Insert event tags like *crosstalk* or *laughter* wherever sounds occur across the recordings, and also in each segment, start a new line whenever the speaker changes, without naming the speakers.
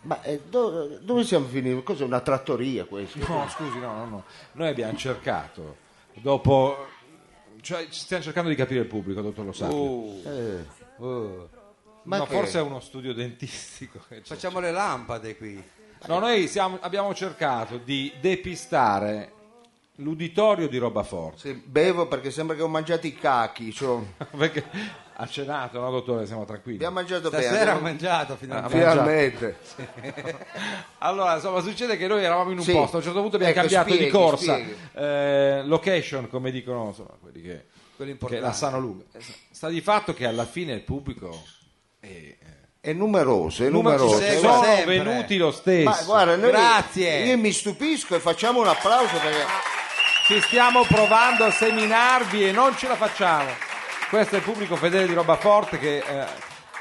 Ma eh, do- dove siamo finiti? Cos'è una trattoria questo?
No, scusi, no, no, no. Noi abbiamo cercato, dopo... Cioè, stiamo cercando di capire il pubblico, dottor Lo Sapio.
Eh,
Uh.
Ma
No,
che-
forse è uno studio dentistico. che c'è.
Facciamo le lampade qui.
No, noi siamo- abbiamo cercato di depistare l'uditorio di roba forte.
sì, bevo perché sembra che ho mangiato i cachi. cioè,
*laughs* Perché ha cenato, no, dottore? Siamo tranquilli.
abbiamo mangiato
Stasera ho
bene.
mangiato finalmente.
Finalmente.
*laughs* Allora, insomma, succede che noi eravamo in un
Sì.
posto, a un certo punto abbiamo
Ecco,
cambiato di
spieghi,
corsa,
spieghi.
eh, location, come dicono insomma, quelli che, che
Quello importante.
la sanno lunga.
Esatto.
Sta di fatto che alla fine il pubblico è,
È numeroso, è
Numero-
numeroso.
segue
sono
sempre.
venuti lo stesso.
Ma guarda, noi-
Grazie.
Io mi stupisco e facciamo un applauso perché...
Ci stiamo provando a seminarvi e non ce la facciamo. Questo è il pubblico fedele di roba forte che eh,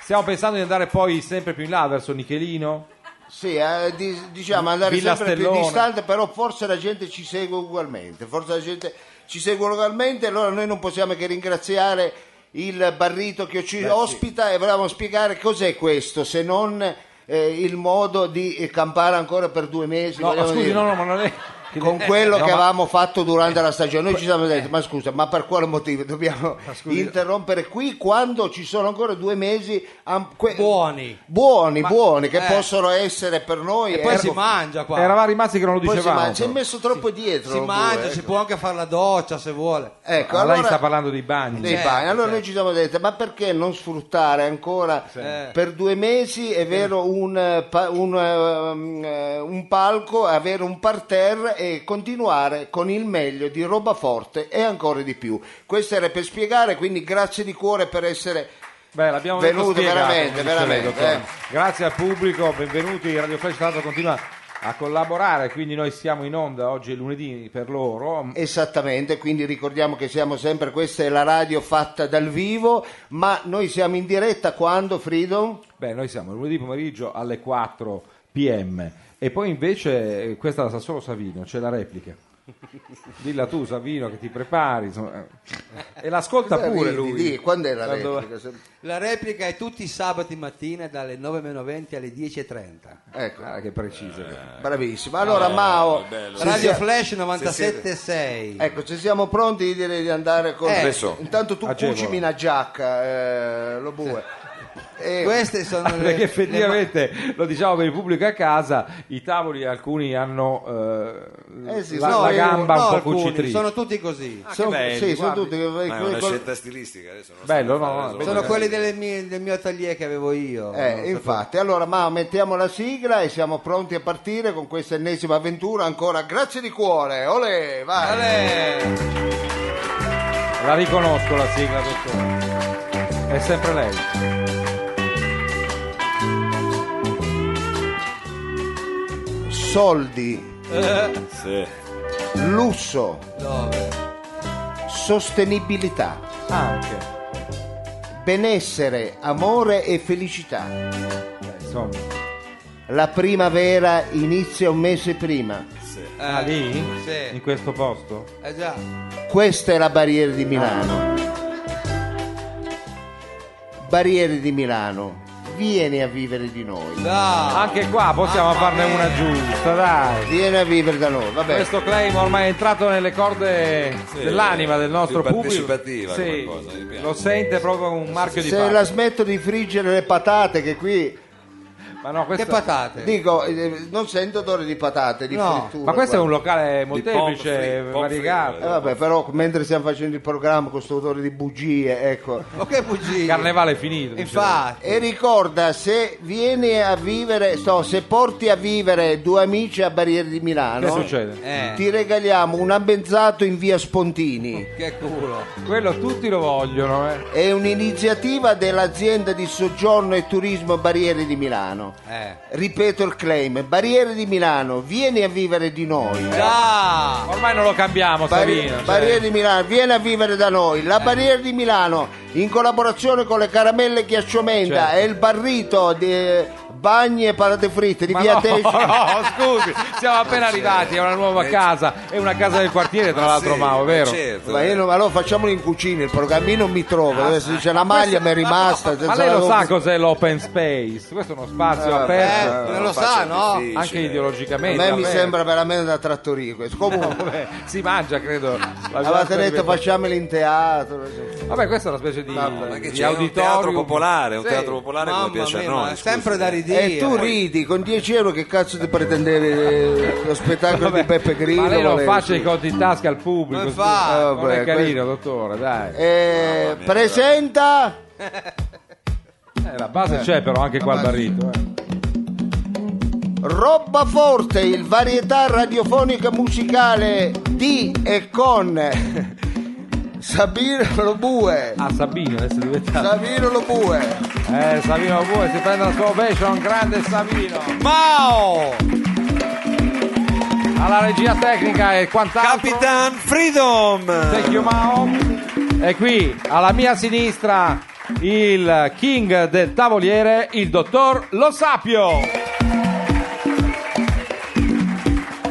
stiamo pensando di andare poi sempre più in là verso Nichelino.
Sì, eh, di- diciamo andare
Villa
sempre più
Stellone.
distante, però forse la gente ci segue ugualmente, forse la gente ci segue ugualmente, allora noi non possiamo che ringraziare il barrito che ci ospita e volevamo spiegare cos'è questo, se non eh, il modo di eh, campare ancora per due mesi,
No,
vogliamo
scusi,
dire,
no, no, ma non è
con quello
No,
che
ma-
avevamo fatto durante la stagione. Noi ci siamo detti, ma scusa, ma per quale motivo dobbiamo interrompere qui quando ci sono ancora due mesi am-
Ah,
que-
Buoni.
buoni, buoni, che
eh.
possono essere per noi...
E poi
ergo-
si mangia qua.
Eravamo rimasti che non lo
poi si
dicevamo.
mangia, è messo troppo dietro.
si
lo bue,
mangia,
ecco.
si può anche fare la doccia se vuole.
Ecco,
Ma Ah, lei
allora,
sta parlando dei bagni.
dei
Certo,
bagni. Allora
certo.
noi ci siamo detti, ma perché non sfruttare ancora eh, per due mesi, è vero, un, eh, pa- un, eh, um, eh, un palco, avere un parterre e continuare con il meglio di roba forte e ancora di più. Questo era per spiegare, quindi grazie di cuore per essere...
Beh, l'abbiamo
Venuto
detto spiegato,
veramente,
come dice lei,
veramente,
dottore.
eh.
Grazie al pubblico, benvenuti. Radio Flash, tra l'altro, continua a collaborare. Quindi, noi siamo in onda oggi è lunedì per loro.
Esattamente, quindi ricordiamo che siamo sempre, questa è la radio fatta dal vivo, ma noi siamo in diretta quando, Freedom?
Beh, noi siamo lunedì pomeriggio alle 4 pm. E poi invece, eh, questa la sa solo Savino, c'è la
*laughs*
replica. Dilla tu, Savino, che ti prepari. insomma. eh. E l'ascolta
Cosa
pure
ridi,
lui.
di? Quando è la
Quando-
replica?
La replica è tutti i sabati mattina dalle 9.20 alle 10.30.
Ecco.
Guarda Ah, che preciso.
Eh. Bravissimo.
Ah, eh,
Allora, Mao, se
Radio
sia-
Flash 97.6.
ecco, se siamo pronti, direi di andare con.
Eh,
Adesso.
Intanto tu
Agevolo.
cucimi una giacca, eh, lo bue. Eh, E-
Queste
*laughs*
sono le,
perché
le-
effettivamente lo diciamo per il pubblico a casa i tavoli alcuni hanno eh,
Eh sì,
la,
no,
la
io-
gamba
no,
un po'
alcuni,
cucitrice Ah,
Sono tutti così.
sono,
belli,
sì, sono
guardi.
tutti. que-
Ma Ah, è
que-
una
quel-
scelta stilistica adesso. non
Bello,
stiamo
no,
a fare
no,
Sono
solo-
quelli delle mie- del mio atelier che avevo io. Non
Eh,
so-
infatti, allora Mao, mettiamo la sigla e siamo pronti a partire con questa ennesima avventura. Ancora, grazie di cuore. Ole, vai.
Ale!
la riconosco la sigla dottore è sempre lei
Soldi,
Sì.
lusso,
Dove?
sostenibilità,
anche
benessere, amore e felicità.
Eh, insomma
La primavera inizia un mese prima.
ah, lì
Eh, Sì.
in questo posto
Eh già.
Questa è la Barriere di Milano. Barriere di Milano, vieni a vivere di noi.
No.
anche qua
Ah,
possiamo
Mamma
farne
mia.
una giusta dai
Vieni a vivere da noi, vabbè.
questo claim ormai è entrato nelle corde
Sì,
dell'anima del nostro
più
pubblico
partecipativa
Sì,
come cosa, mi piace.
lo sente proprio come un marchio di
Se
fabbrica.
la smetto di friggere le patate che qui
ma no,
Che
questo-
patate?
dico eh, non sento odore di patate, di
No,
frittura.
ma questo è un
guarda.
locale
pomp free,
molteplice,
pomp free,
variegato.
guarda.
Eh, vabbè, però mentre stiamo facendo il programma con sto odore di bugie, ecco.
Oh, che bugie.
Il carnevale è finito. diciamo.
Infatti.
E ricorda, se vieni a vivere, no, se porti a vivere due amici a Barriere di Milano,
Che succede?
Eh,
ti regaliamo un abbenzzato in via Spontini.
che culo.
Quello tutti lo vogliono, eh.
È un'iniziativa dell'azienda di soggiorno e turismo Barriere di Milano.
Eh.
Ripeto il claim, Barriere di Milano, vieni a vivere di noi.
Già. eh,
Ormai non lo cambiamo,
Barri-
Savino. cioè.
Barriere di Milano, vieni a vivere da noi.
Eh.
La Barriere di Milano, in collaborazione con le caramelle ghiacciomenta
Certo.
e il barrito di- eh, bagni e patate fritte di
Ma
via
no, *laughs*
Tesi.
no, scusi, siamo appena
c'è.
arrivati, è una nuova
cioè. Eh,
casa, è una casa del quartiere, tra
Ma
l'altro,
sì,
Mao, è
ma
vero?
certo.
Ma io non- allora facciamolo in cucina, il programmino non mi trovo, adesso dice la maglia mi è rimasta.
Ah, *laughs* Ma
senza
lei lo
la-
sa cos'è l'open space? Questo è uno spazio aperto,
Certo.
eh,
Una
lo sa,
faccia
no?
difficile.
anche
A
ideologicamente.
me mi
aperto.
sembra veramente da
*laughs*
trattoria questo. Comunque,
Vabbè, si mangia, credo.
avevate detto facciamolo in teatro.
Vabbè, questa è una specie di,
Ma che
di
c'è un
auditorium.
teatro popolare, un
Sì.
teatro popolare come piace a
ma
noi.
è
scusi. eh.
sempre da ridire.
E Eh,
eh,
tu ridi con 10 euro che cazzo ti pretendevi lo spettacolo
Vabbè,
di Peppe Grillo?
ma lei non
volevi?
faccia i conti in tasca al pubblico.
Come
scusi.
fa?
Non
Vabbè,
è carino, dottore, dai.
Eh,
Mamma mia,
presenta
Eh, la base c'è però anche qua al barrito. eh.
Robba Forte, il varietà radiofonica musicale di e con *laughs* Sabino Lobue.
Ah, Sabino adesso è diventato.
Sabino Lobue.
Eh, Sabino vuoi, si prende la sua ovation, grande Sabino.
Mao!
Alla regia tecnica e quant'altro.
Capitan Freedom!
Thank you, Mao. E qui alla mia sinistra il king del tavoliere, il dottor Lo Sapio.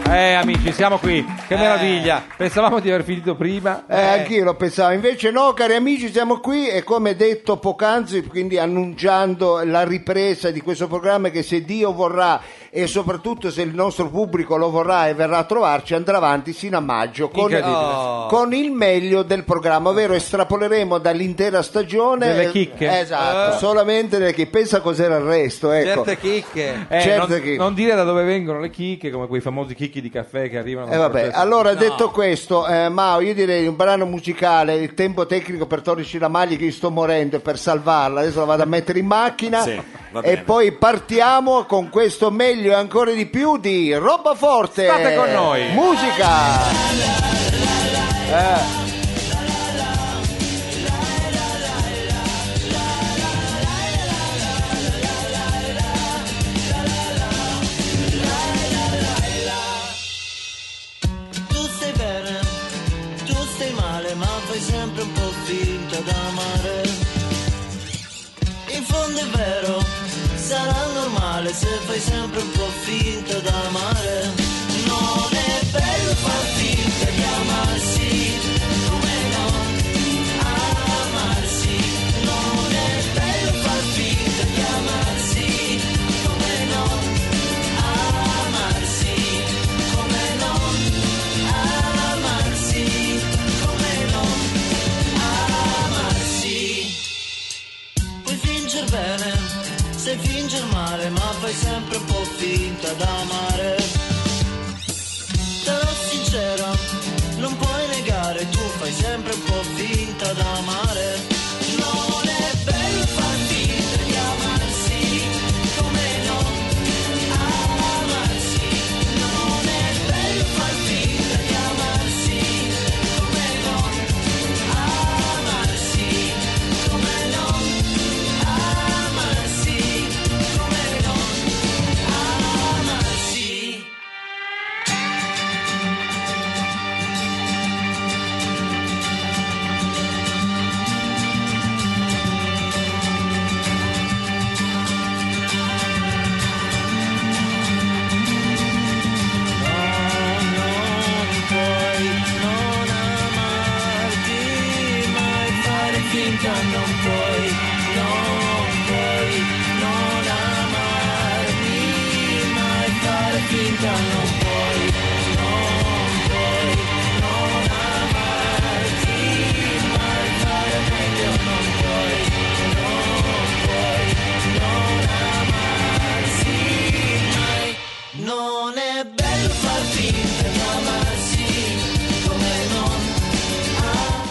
Eh amici, siamo qui. Che meraviglia. Pensavamo di aver finito prima.
Eh, anch'io lo pensavo, invece no, cari amici, siamo qui e come detto poc'anzi, quindi annunciando la ripresa di questo programma che se Dio vorrà e soprattutto se il nostro pubblico lo vorrà e verrà a trovarci andrà avanti sino a maggio con,
Incredibile.
Oh.
con il meglio del programma, ovvero estrapoleremo dall'intera stagione
Delle chicche. Eh.
Esatto, solamente delle chicche. Pensa cos'era il resto, ecco.
Certe chicche.
Eh,
certo
non,
che-
non dire da dove vengono le chicche, come quei famosi chicchi di caffè che arrivano.
Eh,
dal
vabbè,
processo.
allora detto questo, eh, Mao, io direi un brano musicale, il tempo tecnico per toglierci la maglia che io sto morendo per salvarla, adesso la vado a mettere in macchina
Sì, va
e
bene.
poi partiamo con questo meglio e ancora di più di Roba Forte.
State con noi.
Musica.
Tu stai bene, tu stai male, ma fai sempre un po' finta d'amare. In fondo è vero, sarà normale se fai sempre un po' finta d'amare. Non è bello far finta di amarsi, come no, amarsi. Non è bello far finta di amarsi, come no, amarsi, come no amarsi, come no, amarsi. Puoi fingere bene, sai fingere male, ma fai sempre un po' finta d'amare. Sarò sincera, non puoi negare, tu fai sempre un po' finta d'amare. Non è bello far finta di amarsi, come no, amarsi. Non è bello far finta di amarsi, come no, amarsi, come no, amarsi, come no, amarsi. non puoi non amarti mai fare finta non puoi non puoi non amarti mai fare finta non puoi non puoi non amarti mai fare finta non puoi non puoi non amarsi mai non è bello far finta di amarsi come non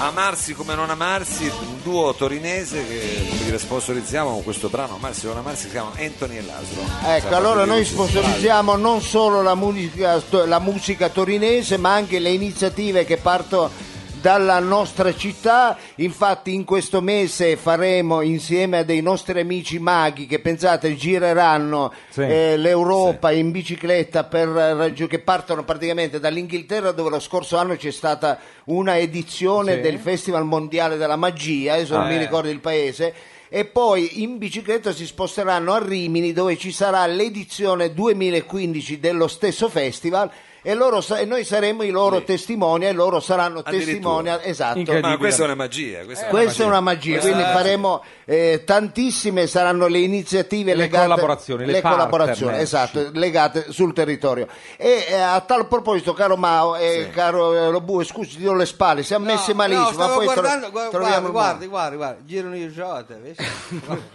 Amarsi come non amarsi, un duo torinese che come dire, sponsorizziamo con questo brano Amarsi come non amarsi, si chiama Anthony e Laszlo. Cioè,
Ecco,
Siamo
allora
tutti
noi
tutti
sponsorizziamo non solo la musica, la musica torinese, ma anche le iniziative che partono dalla nostra città. Infatti in questo mese faremo insieme a dei nostri amici maghi che pensate gireranno
Sì.
eh, l'Europa in bicicletta per raggiungere che partono praticamente dall'Inghilterra dove lo scorso anno c'è stata una edizione
Sì.
eh, del Festival Mondiale della Magia, adesso non mi ricordo il paese. e poi in bicicletta si sposteranno a Rimini dove ci sarà l'edizione 2015 dello stesso festival e, loro sa- e noi saremo i loro testimoni e loro saranno
Addirittura.
testimoni esatto
Incredibile.
Ma questa è una magia.
Eh,
Questa è una
questa è una magia, quindi faremo eh, tantissime saranno le iniziative
Le
legate
collaborazioni, le
collaborazioni,
partnership.
esatto, legate sul territorio. E eh, a tal proposito, caro Mao e caro eh, Lobue, scusi, ti do le spalle, siamo messi
No,
malissimo,
no,
ma
stavo
poi tro-
guardando, gua-
troviamo
guarda,
il
guarda, guarda, guarda, girano i Jota, vedi?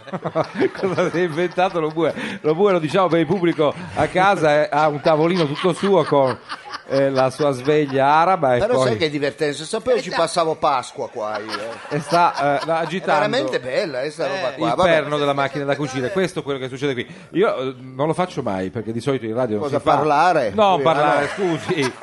*laughs* *laughs* Cosa si è inventato lo bue? Lo bue, lo diciamo per il pubblico a casa, eh, ha un tavolino tutto suo con eh, la sua sveglia araba e
Però
poi
sai che è divertente, se sapevo ci passavo Pasqua qua io. eh.
e sta eh,
È
agitando
veramente bella questa
Eh.
roba qua.
il
vabbè.
perno della macchina da cucina. Questo è quello che succede qui. Io eh, non lo faccio mai perché di solito in radio non
Cosa,
si fa.
parlare?
No,
Sì,
parlare,
ah,
scusi.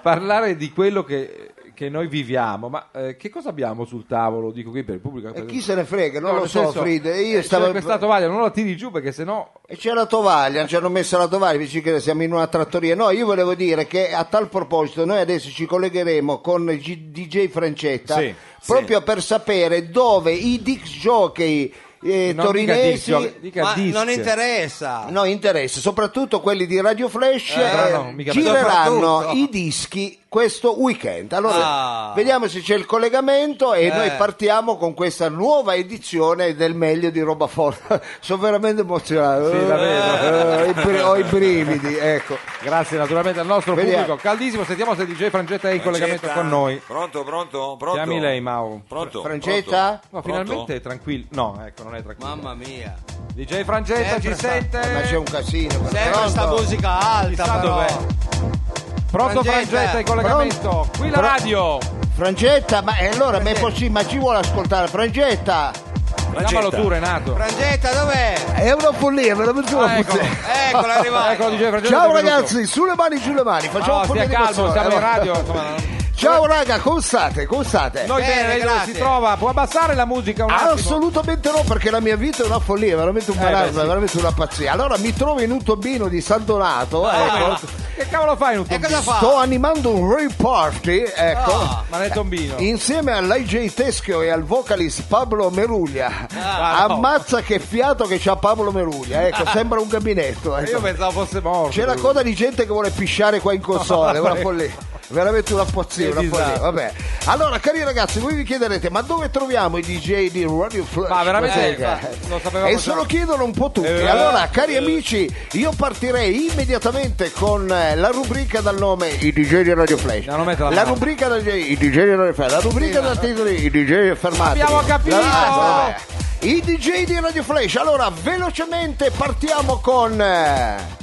parlare di quello che, che noi viviamo, ma eh, che cosa abbiamo sul tavolo? Dico qui per il pubblico.
E Eh, chi se ne frega, non
No,
lo
nel
so,
senso,
Frida.
eh,
Io
c'è
stavo
questa tovaglia non la tiri giù perché sennò
E c'è la tovaglia, ci hanno messo la tovaglia, dici che siamo in una trattoria. No, io volevo dire che a tal proposito noi adesso ci collegheremo con il G- DJ Francetta
Sì,
proprio per sapere dove i disc jockey eh,
no,
torinesi...
dica disc, dica
Ma
disc.
non interessa.
Ah. No, interessa, soprattutto quelli di Radio Flash
Eh,
eh,
no, mica-
gireranno
soprattutto.
i dischi questo weekend. Allora,
Ah.
vediamo se c'è il collegamento e
Eh.
noi partiamo con questa nuova edizione del meglio di Roba Forte. *laughs* Sono veramente emozionato.
Sì, la vedo.
Eh, i bri- ho i brividi, ecco.
Grazie naturalmente al nostro
Vediamo.
pubblico caldissimo. Sentiamo se DJ Frangetta
Eh,
è in collegamento
Francetta?
con noi.
Pronto, pronto, pronto.
Chiami lei, Mau.
Pronto?
Francetta?
Pronto?
No,
Pronto?
finalmente è tranquillo. No, ecco, non è tranquillo.
Mamma mia.
DJ Frangetta ci
Sempre sta-
sente?
Eh, Ma c'è un casino. guarda.
Sempre
Pronto?
sta musica alta,
Chissà
però.
dov'è. Pronto
Frangetta?
Frangetta in collegamento? Qui la
Pro-
radio.
Francetta, ma e allora ma è possibile, ma ci vuole ascoltare Francetta?
Chiamalo
Francetta.
tu Renato.
Frangetta, dov'è?
È una follia, me la
Ah, eccolo. *laughs*
Eccolo, è arrivato.
Eccolo DJ Ecco, Frangetta.
Ciao
benvenuto.
ragazzi, sulle mani, sulle mani, facciamo
No,
un po'
stia
di
calmo,
emozione.
siamo in
Allora.
radio. insomma,
Ciao raga, come state? Come state?
Noi
Bene,
bene,
grazie.
si trova. Può abbassare la musica un
Ah,
attimo?
Assolutamente no, perché la mia vita è una follia, è veramente un
Eh, beh,
marasma,
sì.
è veramente una pazzia. Allora mi trovo in un tombino di San Donato, ecco,
Ah, Che cavolo fai in un
E
tombino?
cosa fa?
sto animando un rave party, ecco.
Ah.
Ma nel tombino.
Insieme all'IJ Teschio e al vocalist Pablo Meruglia,
Ah,
ammazza che fiato che c'ha Pablo Meruglia, ecco, sembra un gabinetto. ecco.
Io pensavo fosse morto.
C'è la
lui.
coda di gente che vuole
*laughs*
pisciare qua in console, una follia. Veramente una
Che
pazzia, una follia.
disastro.
Vabbè. Allora, cari ragazzi, voi vi chiederete, ma dove troviamo i DJ di Radio Flash?
Ma veramente,
Music?
ma lo sapevamo
E
già.
se lo chiedono un po' tutti.
Eh,
allora, cari amici, io partirei immediatamente con eh, la rubrica dal nome I DJ di Radio Flash.
No, non metterla
la
male.
rubrica dal I DJ di Radio Flash, la rubrica dal titolo I DJ fermati.
Abbiamo capito!
La- vabbè. I DJ di Radio Flash. Allora, velocemente partiamo con eh,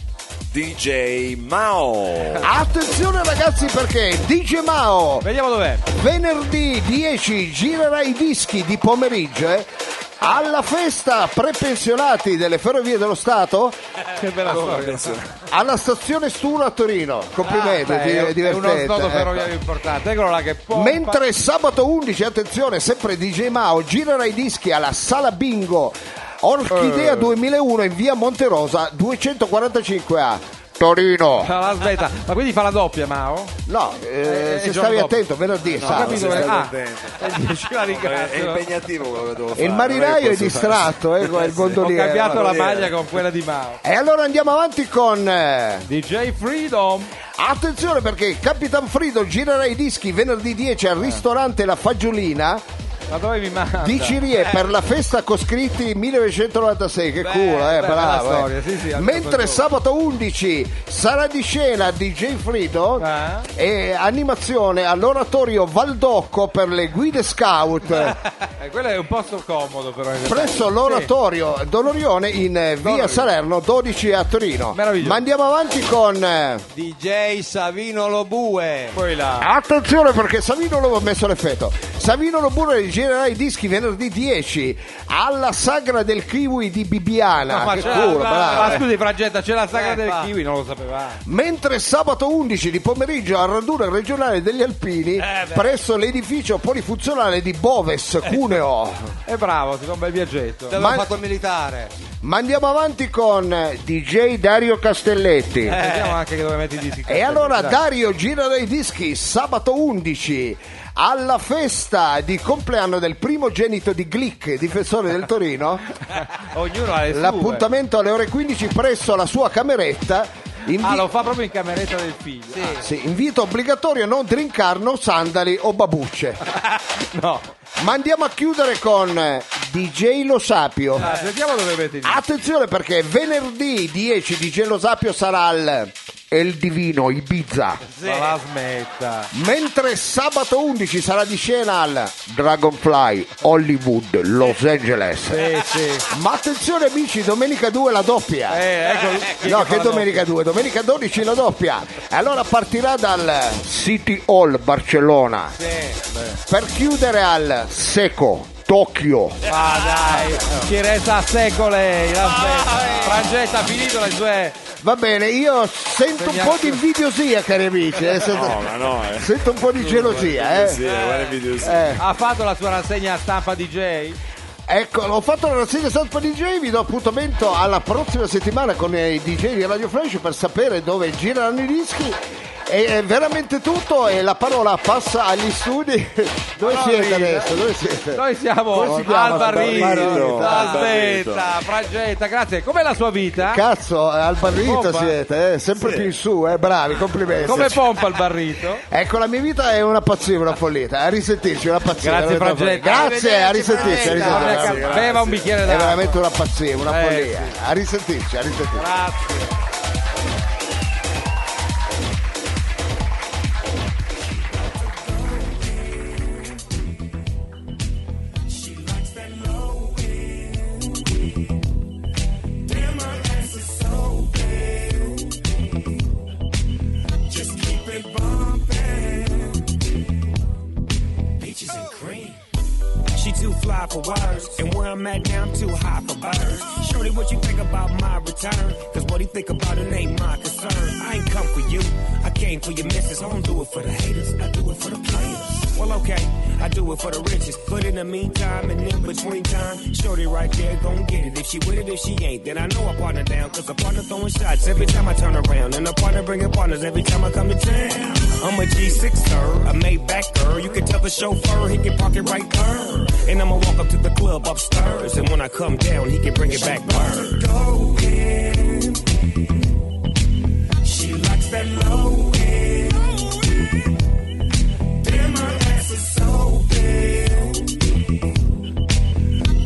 DJ Mao.
Attenzione ragazzi perché DJ Mao
Vediamo dov'è.
venerdì 10 girerà i dischi di pomeriggio eh, alla festa prepensionati delle Ferrovie dello Stato
Che bella storia.
alla stazione Stura a Torino. Complimenti,
Ah, Beh,
Eh, di-
è- è
divertente,
uno snodo
ecco.
ferroviario importante. Eccolo là che pompa.
Mentre sabato 11, attenzione, sempre DJ Mao girerà i dischi alla Sala Bingo Orchidea
Eh.
2001 in via Monterosa 245A. Torino.
Ah, aspetta, ma quindi fa la doppia Mao?
No, eh,
Eh,
se
giorno
stavi
dopo.
attento, venerdì e
Ho
sabato.
capito, eh, ah, *laughs* eh, dici, la
È
ringrazio.
impegnativo quello che devo fare.
E il marinaio è distratto, eh, con il
Ho
gondoliere.
cambiato la
dire.
maglia con quella di Mao.
E allora andiamo avanti con... eh,
DJ Freedom.
Attenzione perché Capitan Frido girerà i dischi venerdì 10 al ristorante La Fagiolina
Ma dove mi manda?
di Cirie per la festa Coscritti 1996. Che culo, eh,
Eh. beh,
bravo.
bella
eh.
storia, sì, sì, anche
Mentre
quel
sabato 11 sarà di scena DJ Frido
Ah.
e animazione all'oratorio Valdocco per le guide scout.
Eh, quello è un posto comodo però. in realtà.
presso l'oratorio Dolorione in eh, via Salerno 12 a Torino.
Meraviglioso.
Ma andiamo avanti con. eh,
DJ Savino Lobue.
Poi là.
Attenzione perché Savino lo ha messo l'effetto. Savino Lobure girerà i dischi venerdì 10 alla sagra del kiwi di Bibiana.
No, ma
Ah, Che
c'è la-
culo,
ma-
bravo,
ma
eh.
scusi, Frangetta, c'è la sagra
Eh,
del
fa.
kiwi, non lo sapevamo.
Mentre sabato 11 di pomeriggio al raduno regionale degli Alpini
Eh,
presso l'edificio polifunzionale di Boves, Cuneo.
È bravo, ti fa un bel viaggetto.
Dove ha
Ma-
fatto il militare?
Ma andiamo avanti con eh, DJ Dario Castelletti.
Eh, Vediamo anche che dove metti i dischi.
E allora
Dai.
Dario gira dai dischi sabato 11 alla festa di compleanno del primogenito di Glick, difensore del Torino,
*laughs* Ognuno ha le sue.
l'appuntamento alle ore 15 presso la sua cameretta. Invi-
Ah, lo fa proprio in cameretta del figlio. Ah,
sì, invito obbligatorio a non drincarno sandali o babucce.
no.
Ma andiamo a chiudere con eh, DJ Lo Sapio.
Ah, sentiamo dove avete iniziato.
Attenzione perché venerdì 10 di Gelo Sapio sarà al El Divino Ibiza,
Ma la smetta.
mentre sabato 11 sarà di scena al Dragonfly Hollywood Los Angeles.
Sì, sì.
Ma attenzione amici, domenica 2 la doppia.
Eh, ecco,
No, che domenica 2, domenica 12 la doppia. E allora partirà dal City Hall Barcellona per chiudere al Seco Tokyo.
Ma dai, ci resta a secole. La smetta. Frangetta ha finito le sue.
Va bene, io sento un po' di invidiosia, cari amici. eh, sento,
ma no, eh.
sento un po' di gelosia,
Sì,
eh.
guarda il video, sì.
Eh,
Ha fatto la sua rassegna stampa DJ?
ecco, ho fatto la rassegna stampa DJ, vi do appuntamento alla prossima settimana con i DJ di Radio Flash per sapere dove girano i dischi. E è veramente tutto e la parola passa agli studi. *laughs* Dove
Ma no,
siete
Rita.
adesso? Dove siete?
Noi siamo
Come si chiama?
al barrito.
Barrito.
La
Al Barrito.
smetta, Frangetta, grazie. Com'è la sua vita?
Cazzo, eh, al barrito
Pompa.
siete, eh, sempre più in su, eh, bravi, complimenti.
Come pompa il barrito?
Ecco, la mia vita è una pazzia, una follia. A risentirci, una pazzia.
Grazie,
veramente una
Frangetta.
follia. Grazie, a risentirci. a risentirci.
Beva un bicchiere
È
d'acqua.
veramente una pazzia, una
Eh,
follia. A risentirci, a risentirci.
Grazie.
peaches and cream. She too fly for words, and where I'm at now, I'm too high for birds. Shorty, what you think about my return? Cause what he think about it ain't my concern. I ain't come for you, I came for your missus. I don't do it for the haters, I do it for the players. Well, okay, I do it for the riches. But in the meantime and in between time, Shorty right there gon' get it. If she with it, if she ain't, then I know I partner down. Cause a partner throwing shots every time I turn around. And a partner bringing partners every time I come to town. I'm a G6er, a Maybach-er. You can tell the chauffeur he can park it right there. And I'ma walk up to the club upstairs. And when I come down, he can bring it back. Word. Go in. She likes that low end. Damn, her ass is so big.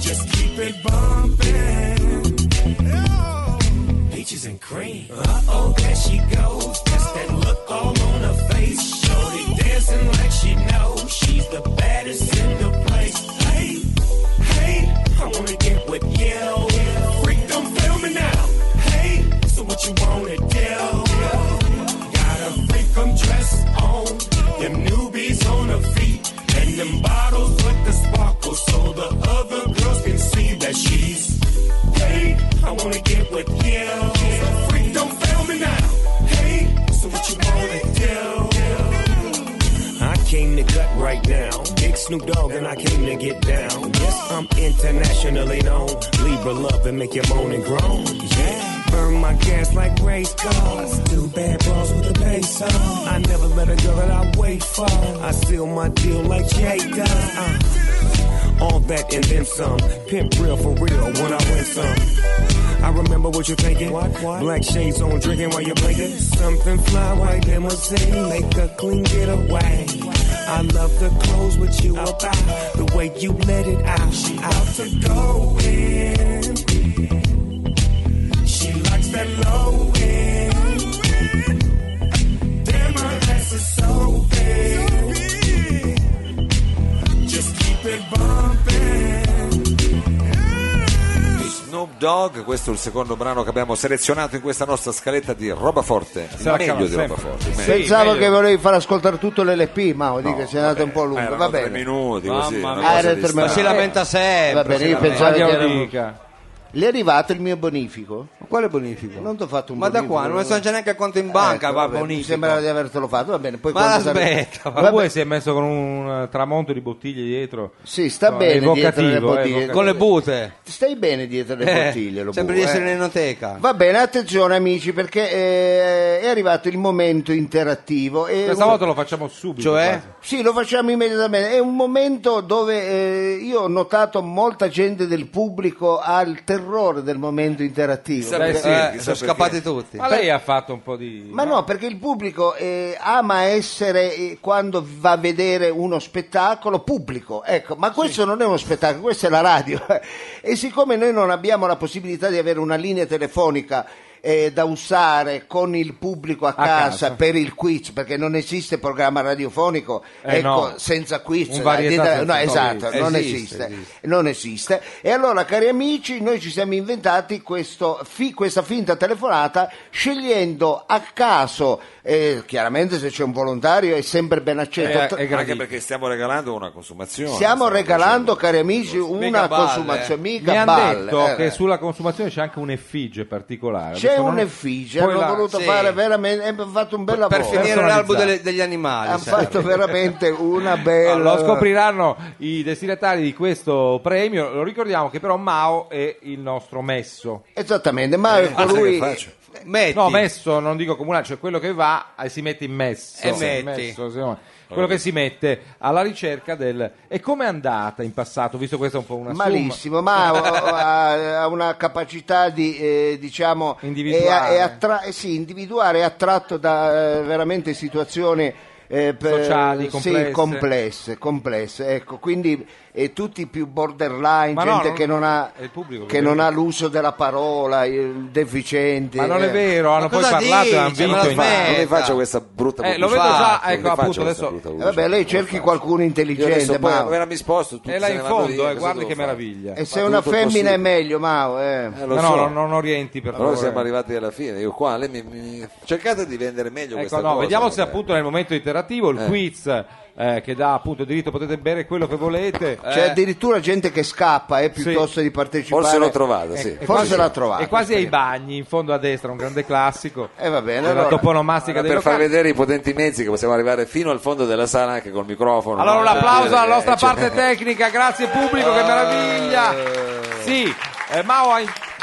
Just keep it bumping. Peaches and cream. Uh oh, there she goes. That's that look all on her face. Shorty dancing like she knows she's the baddest in the place. Hey, hey, I wanna get with you. Freak, don't feel me now. Hey, so what you wanna do? Got a freak, I'm dressed on. Them newbies on her feet. And them bottles with the sparkle so the other girls can see that she's. Hey, I wanna get with you. So freak, don't fail me now. Hey, so what you wanna do? I came to cut right now. Big Snoop Dogg and I came to get down. Yes, I'm internationally known. Libra love and make you moan and groan. Yeah. Burn my gas like race cars. Do bad bras with the bass on. I never let a girl that I wait for. I seal my deal like Jay does. Uh, all that and then some. Pimp real for real when I win some. I remember what you're thinking. What, what? Black shades on, drinking while you're blinking. Something fly, white limousine, make a clean getaway. I love the clothes with you about, the way you let it out. She out to go in. She likes that low end. Damn, her ass is so big. Just keep it bumping.
Snoop Dogg, questo è il secondo brano che abbiamo selezionato in questa nostra scaletta di roba forte. Il
Se la cava
meglio di roba
sempre.
forte. il
Eh, Sì.
meglio.
Pensavo
meglio.
che volevi far ascoltare tutto l'LP, ma vuol dire che sei andato un po'
Eh,
lungo.
erano
Va
tre
bene.
minuti così.
Mamma
una
mia.
cosa
Ah, era
di
tre
strano.
minuti.
Si lamenta sempre.
Va bene,
si
Eh, io
lamenta.
pensavo che
Andiamo
era...
dica.
Lì è arrivato il mio bonifico?
quale bonifico?
Non t'ho fatto un
Ma da
bonifico.
qua non ne so già neanche il conto in banca,
Ecco,
va
vabbè, mi
bonifico.
Sembrava di avertelo fatto, va bene. Poi
Ma
quando sarà-
aspetta,
Ma poi si è messo con un eh, tramonto di bottiglie dietro.
Sì, sta
No,
bene dietro
evocativo,
le
eh,
bottiglie.
evocativo.
Con le bute.
Stai bene dietro le
Eh,
bottiglie, lo
sembra
bue,
di essere
eh.
in enoteca.
Va bene, attenzione amici, perché eh, è arrivato il momento interattivo. e-
Questa volta lo facciamo subito.
Cioè?
quasi.
Sì, lo facciamo immediatamente. È un momento dove eh, io ho notato molta gente del pubblico ha il terrore del momento interattivo.
Sa-
Perché-
Sì,
Eh,
chissà
sono
perché.
scappati tutti.
Ma lei ha fatto un po' di.
Ma no, perché il pubblico eh, ama essere eh, quando va a vedere uno spettacolo pubblico, ecco, ma questo non è uno spettacolo, questa è la radio. *laughs* E siccome noi non abbiamo la possibilità di avere una linea telefonica eh, da usare con il pubblico a, casa,
casa.
per il quiz, perché non esiste programma radiofonico
Eh,
ecco,
no.
senza quiz,
Un varietà
eh,
senza
no,
quiz.
esatto, non
Esiste,
esiste,
esiste.
non esiste. E allora, cari amici, noi ci siamo inventati questo fi- questa finta telefonata scegliendo a caso, eh, chiaramente se c'è un volontario è sempre ben accetto.
Eh,
Tra-
eh, gradito.
Anche perché stiamo regalando una consumazione.
Stiamo regalando, cari amici, una
Mica balle.
consumazione mica
Mi hanno
balle,
detto
eh.
che sulla consumazione c'è anche un'effigie particolare.
c'è
Adesso non-
un'effigie,
Poi
hanno
la-
voluto
sì.
fare veramente, hanno fatto un bel lavoro. eh.
Per finire l'albo
Personalizzato.
delle- degli animali.
hanno
serve.
fatto veramente
*laughs*
una bella...
No, Eh, lo scopriranno i destinatari di questo premio. Lo ricordiamo che però Mao è il nostro messo.
Esattamente, ma
Eh,
è
Alza
colui...
che faccio.
Metti.
No, messo, non dico comunale, cioè quello che va e si mette in messo.
Eh,
E metti.
Messo, sì, no. quello che si mette alla ricerca del... E com'è andata in passato, visto questa è un po' una somma? *laughs*
Malissimo, ma ha, ha una capacità di, eh, diciamo,
Individuare.
È, è attra- eh sì, individuare, è attratto da eh, veramente situazioni eh,
Sociali,
sì,
complesse.
complesse, complesse, ecco, quindi eh, tutti più borderline,
Ma no,
gente
non-
che non ha,
è il pubblico
che
che
non
vede.
ha l'uso della parola, eh, deficienti.
Ma non
eh.
è vero, hanno
Ma
poi
cosa
parlato e
dice?
hanno
Ma
vinto.
la
in-
Ma
smetta.
non le faccio questa brutta
Eh, lo
pubblicità.
vedo
Non
già,
le
ecco,
faccio
appunto,
questa
adesso-
brutta
Eh,
pubblicità.
vabbè, lei
Non le
cerchi
faccio.
qualcuno
Io adesso
intelligente,
poi
ma...
ora mi sposto tutti
È là
se
in
ne vanno
fondo,
via,
eh,
cosa
guardi
devo
che
fare?
meraviglia.
E Eh, se è
ma
una
tutto è
femmina è
possibile.
meglio, ma... eh.
Eh, lo
No,
so.
no, non, non orienti per
Però
favore.
siamo arrivati alla fine. Io qua, lei mi, mi- cercate di vendere meglio
Ecco,
questa
no,
cosa. eh.
vediamo se
vabbè.
appunto nel momento interattivo il
Eh.
quiz eh, che dà appunto diritto potete bere quello che volete.
C'è
eh,
addirittura gente che scappa eh, piuttosto di partecipare.
Forse l'ho trovata, sì.
Forse l'ha trovata.
è quasi ai bagni, in fondo a destra, un grande classico.
Eh, va bene,
Della
allora.
toponomastica
Era
dei
per far
locali.
vedere i potenti mezzi che possiamo arrivare fino al fondo della sala anche col microfono.
Allora un
Eh,
applauso alla
eh,
nostra
cioè.
eccetera.
parte tecnica, grazie pubblico, che meraviglia! Sì, eh, Mao ha,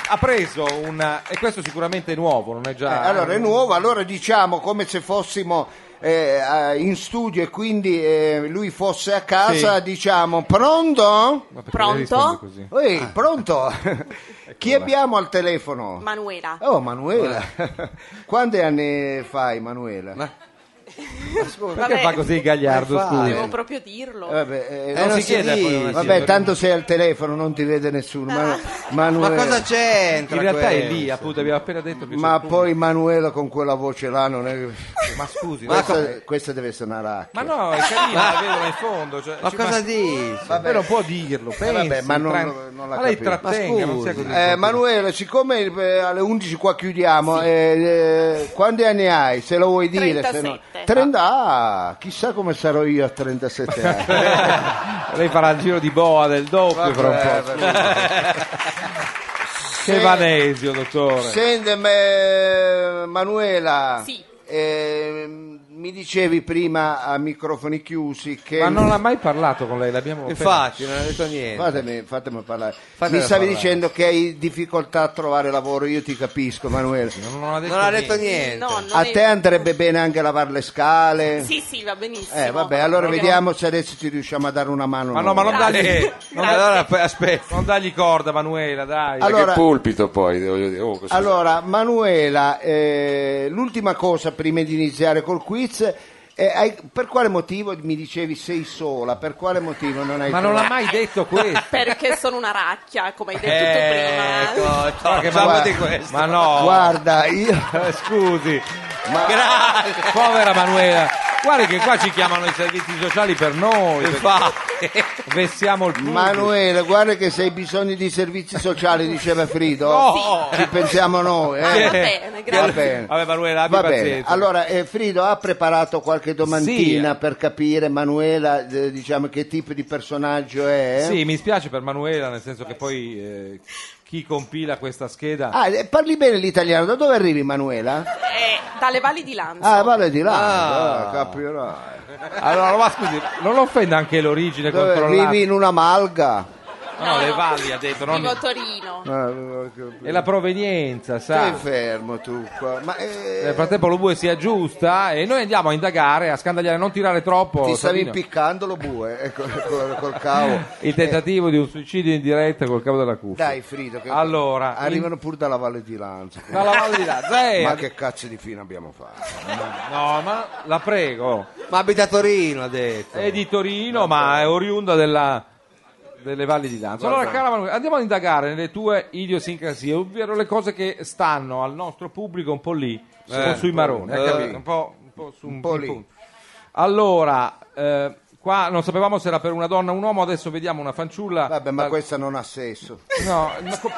ha preso un... e questo sicuramente è nuovo, non è
Eh,
già...
allora è nuovo, allora diciamo come se fossimo eh, eh, in studio e quindi eh, lui fosse a casa,
Sì.
diciamo pronto?
Ma perché
Pronto?
lei risponde così?
Ehi, pronto? Chi abbiamo al telefono?
Manuela.
oh, Manuela. *laughs* Quanti anni fai, Manuela?
Ma-
Perché
Oh, Vabbè,
fa così il gagliardo,
Eh, fa-
scusi?
Devo proprio dirlo.
Eh, vabbè, eh,
Eh,
non
non
si-
si chiede
dice.
poi una-
vabbè, tanto sei al telefono, non ti vede nessuno. Ma,
Ah. Ma
Manuela.
cosa c'entra?
In realtà è
questo?
lì, eh. appunto, abbiamo appena detto che c'è
Ma
il
poi Manuela con quella voce là non è che-
pubblico. Ma scusi, no?
Questa, questa deve essere una
Ma no, è carina, la vedono in fondo. Cioè,
Ma
ci
cosa
fa-
dici? Eh,
Vabbè, non può dirlo, pensi,
Eh, vabbè, ma non-
tra-
non la
ma lei
capisco.
trattenga,
Ma
non sia
scusi.
così.
Eh, Manuela, siccome eh, alle 11 qua chiudiamo, eh, eh, quanti anni hai? Se lo vuoi dire, se no-
37.
30 ah, chissà come sarò io a
*laughs*
37 anni.
lei farà il giro di boa del doppio fra un po'. Che vanesio, dottore.
Senti, me- Manuela,
Sì.
eh, mi dicevi prima a microfoni chiusi che
Ma non ha mai parlato con lei, l'abbiamo
Infatti, non ha detto niente.
Fatemi, fatemi parlare.
Fatela
mi stavi
parlare.
dicendo che hai difficoltà a trovare lavoro, io ti capisco, Manuela.
appena- Non, ha detto
Non ha
niente.
detto niente.
No, non
A
è-
te andrebbe bene anche lavare le scale.
Sì, sì, va benissimo.
Eh, vabbè, allora
Abbiamo-
vediamo se adesso ti riusciamo a dare una mano.
Ma no, ma non
Grazie.
dagli, non,
Grazie.
Allora, poi, aspetta.
non dagli corda, Manuela, dai.
Allora-
Ma che pulpito poi, voglio dire. Oh, questo-
Allora, Manuela, eh, l'ultima cosa prima di iniziare col quiz. eh, hai- per quale motivo mi dicevi sei sola? Per quale motivo non hai
ma non
trovato-
l'ha mai detto
*laughs* Ecco,
questo.
Perché sono una racchia, come hai detto
Eh,
tu prima.
Ecco,
Ma che-
facciamo
ma-
di questo.
Ma no,
Guarda, io
*laughs* scusi.
Grazie.
Povera Manuela. Guarda che qua ci chiamano i servizi sociali per noi. perché
Infatti.
Vestiamo il pubblico.
Manuela, guarda che se hai bisogno di servizi sociali, diceva Frido,
No.
ci pensiamo noi. eh.
Va bene,
Va
grazie.
bene.
Vabbè, Manuela, abbi
Va bene.
pazienza.
Allora, eh, Frido ha preparato qualche domandina
Sì.
per capire, Manuela, eh, diciamo che tipo di personaggio è.
Sì, mi spiace per Manuela, nel senso che poi eh, chi compila questa scheda.
Eh, Ah, eh, parli bene l'italiano, da dove arrivi Manuela?
Eh, dalle valli di Lanzo.
Ah, vale di là, ah, capirai.
Allora, ma scusi, non offenda anche l'origine
Dove
controllata.
vivi in una malga?
No, no, le valli ha detto, non-
Vivo a Torino.
Eh, è la provenienza,
Stai
sa.
Eh, fermo tu qua. Ma eh,
Nel frattempo lo bue si aggiusta e noi andiamo a indagare, a scandagliare, non tirare troppo.
ti stavi
Savino.
impiccando lo bue eh, col, col- col cavo.
Il tentativo di un suicidio in diretta col cavo della cuffia.
Dai Frido, che
Allora,
arrivano pur dalla Valle di Lanzo.
in- dalla Valle di
*laughs*
Lazio. Eh,
Ma che cazzo di fine abbiamo fatto?
No, ma la prego.
Ma abita a Torino, ha detto.
È di Torino, ma è oriunda della- delle valli di Lanzo. Allora, cara Manuela, andiamo ad indagare nelle tue idiosincrasie, ovvero le cose che stanno al nostro pubblico un po' lì, un po' sui maroni,
eh,
eh, un po', un po' su un
po' lì.
punto. Allora, eh, qua non sapevamo se era per una donna o un uomo, adesso vediamo una fanciulla.
Vabbè, ma
Dal-
questa non ha sesso.
No, ma
*laughs*
co-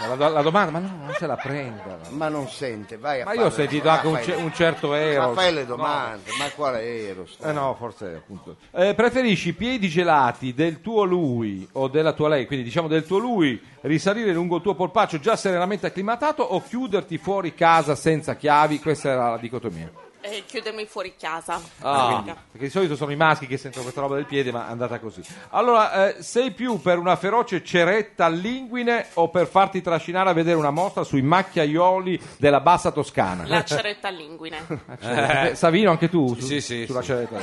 ma la, la domanda, ma no, non ce la prenda.
Ma non sente, vai a
Ma
fare
io ho
le-
sentito
ma
anche un,
fai-
ce- un certo
Ma
Eros.
fai le
No.
domande, ma quale Eros?
Eh no, forse appunto. Eh, preferisci piedi gelati del tuo lui o della tua lei, quindi diciamo del tuo lui, risalire lungo il tuo polpaccio già serenamente acclimatato o chiuderti fuori casa senza chiavi? Questa era la dicotomia.
Eh, chiudermi fuori casa.
Ah.
Ah.
Quindi, perché di solito sono i maschi che sentono questa roba del piede, ma è andata così. Allora, eh, sei più per una feroce ceretta all'inguine o per farti trascinare a vedere una mostra sui macchiaioli della bassa toscana?
La ceretta
*laughs*
linguine.
Eh, Savino, anche tu? su-
Sì, sì,
Sulla
sì.
ceretta.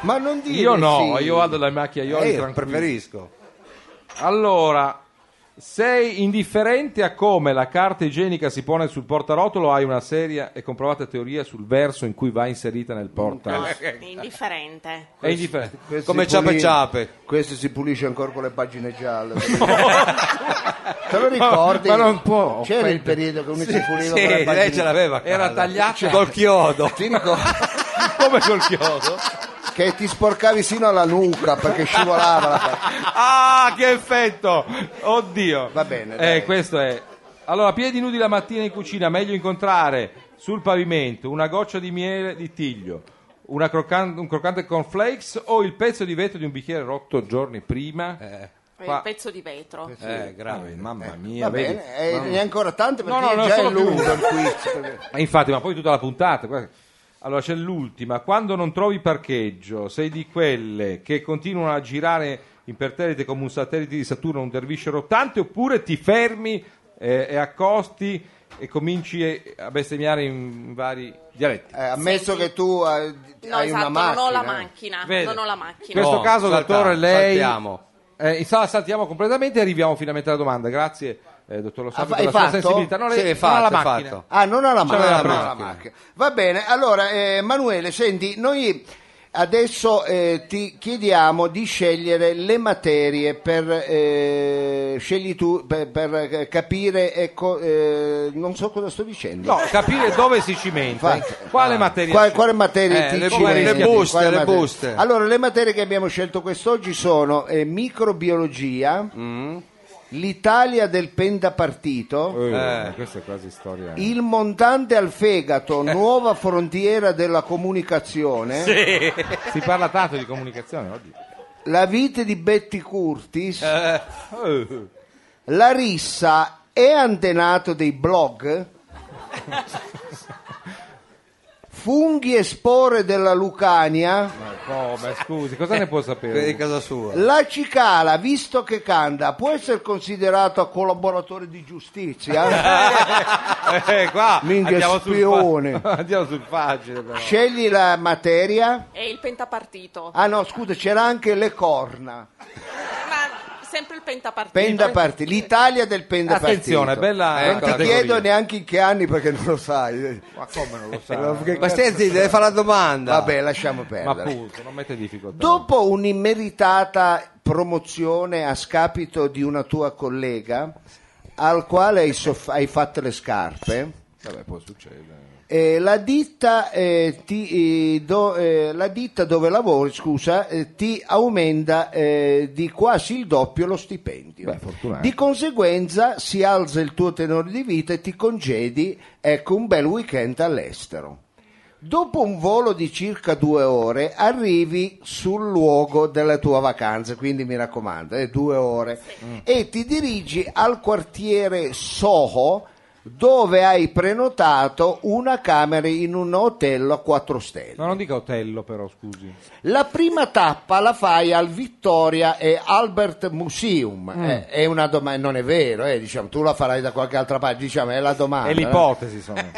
Ma non dire
Io no,
sì.
io vado dai macchiaioli
Eh,
tranquilli.
preferisco.
Allora, sei indifferente a come la carta igienica si pone sul portarotolo o hai una seria e comprovata teoria sul verso in cui va inserita nel
No,
porta?
indifferente.
È indifferente.
Questo
Come
si
ciape
pulisce-
ciape.
Questo si pulisce ancora con le pagine gialle. *laughs* Te lo ricordi?
Ma non può,
C'era
offende.
il periodo che uno si puliva
Sì,
con le pagine
lei ce l'aveva
Era
Carla.
tagliata.
col chiodo.
Ti ricordi
Come col chiodo?
che ti sporcavi sino alla nuca perché
*laughs*
scivolava la pagina.
Ah, che effetto! Oddio.
Va bene, dai.
Eh, questo è. Allora, piedi nudi la mattina in cucina, meglio incontrare sul pavimento una goccia di miele di tiglio, una croccan- un croccante con flakes o il pezzo di vetro di un bicchiere rotto giorni prima.
Eh,
È
Qua-
Un pezzo di vetro.
Eh, grave, mamma mia.
Va
vedi?
bene, eh, ne è ancora tante perché
No, no, no,
già
solo
è lungo
più.
il quiz. perché-
Eh, Infatti, ma poi tutta la puntata. guarda. Allora c'è l'ultima. Quando non trovi parcheggio, sei di quelle che continuano a girare imperterrite come un satellite di Saturno, un dervisce rotante, oppure ti fermi eh, e accosti e cominci eh, a bestemmiare in vari dialetti.
eh, ammesso che tu eh,
No,
hai
esatto,
una macchina. eh.
non ho la macchina.
Vede.
Non ho Ah, la
In
macchina.
questo
No,
caso,
saltiamo,
dottore, lei.
saltiamo.
Eh, insomma, saltiamo completamente e arriviamo finalmente alla domanda. Grazie, eh, dottor Lo Sapio,
Ah,
per
hai
la sua
fatto?
sensibilità. No,
Sì,
lei
è
non
fatto,
ha la
è
macchina.
fatto.
Ah, non ha la
Cioè,
macchina.
la
non ha la
macchina.
macchina. Va bene, allora eh, Manuele, senti, noi adesso eh, ti chiediamo di scegliere le materie per, eh, scegli tu, per, per, eh, capire, ecco, eh, non so cosa sto dicendo.
No, capire dove si cimenta,
Infatti.
quale materia
Quale,
c'è?
quale materie
Eh,
ti
le
ci
bu-
metti?
le buste,
Quale
le
materia?
buste.
Allora, le materie che abbiamo scelto quest'oggi sono eh, microbiologia,
Mm.
l'Italia del pentapartito,
Eh, questa è quasi storia.
il montante al fegato,
Eh.
nuova frontiera della comunicazione,
Si parla tanto di comunicazione oggi.
la vite di Betty Curtis,
Eh.
la rissa è antenato dei
*laughs*
blog, funghi e spore della Lucania.
Oh, Ma come, scusi, cosa ne può
Quelli di
Eh,
sapere?
casa sua.
La cicala, visto che canta, può essere considerato collaboratore di
*laughs*
giustizia?
Eh, qua
Minchia
andiamo
spione. Eh,
sul, fa- *laughs* andiamo sul facile però.
Scegli la materia.
È il pentapartito.
Ah no, scusa, c'era anche le corna.
Ma sempre il pentapartito.
Pentapartito, l'Italia del pentapartito.
Attenzione, bella
Non ti
categoria.
chiedo neanche in che anni perché non lo sai.
Ma come non lo sa?
Che
Ma
cazzo-
stai zitto, deve fare la domanda.
Vabbè, lasciamo
Ma
perdere.
appunto, non mette in difficoltà.
Dopo un'immeritata promozione a scapito di una tua collega, al quale hai, soff- hai fatto le scarpe,
Vabbè, può succedere.
Eh, la, ditta, eh, ti, eh, do- eh, la ditta dove lavori scusa, eh, ti aumenta eh, di quasi il doppio lo stipendio.
Beh, fortunato.
di conseguenza si alza il tuo tenore di vita e ti congedi ecco, un bel weekend all'estero. Dopo un volo di circa due ore arrivi sul luogo della tua vacanza, quindi mi raccomando, è due ore, e ti dirigi al quartiere Soho dove hai prenotato una camera in un hotel a quattro stelle.
No, non dica Otello, però, scusi.
La prima tappa la fai al Victoria e Albert Museum.
Mm.
Eh, è una domanda, non è vero, eh, diciamo, tu la farai da qualche altra parte, diciamo, è la domanda.
È l'ipotesi,
*laughs*
sono.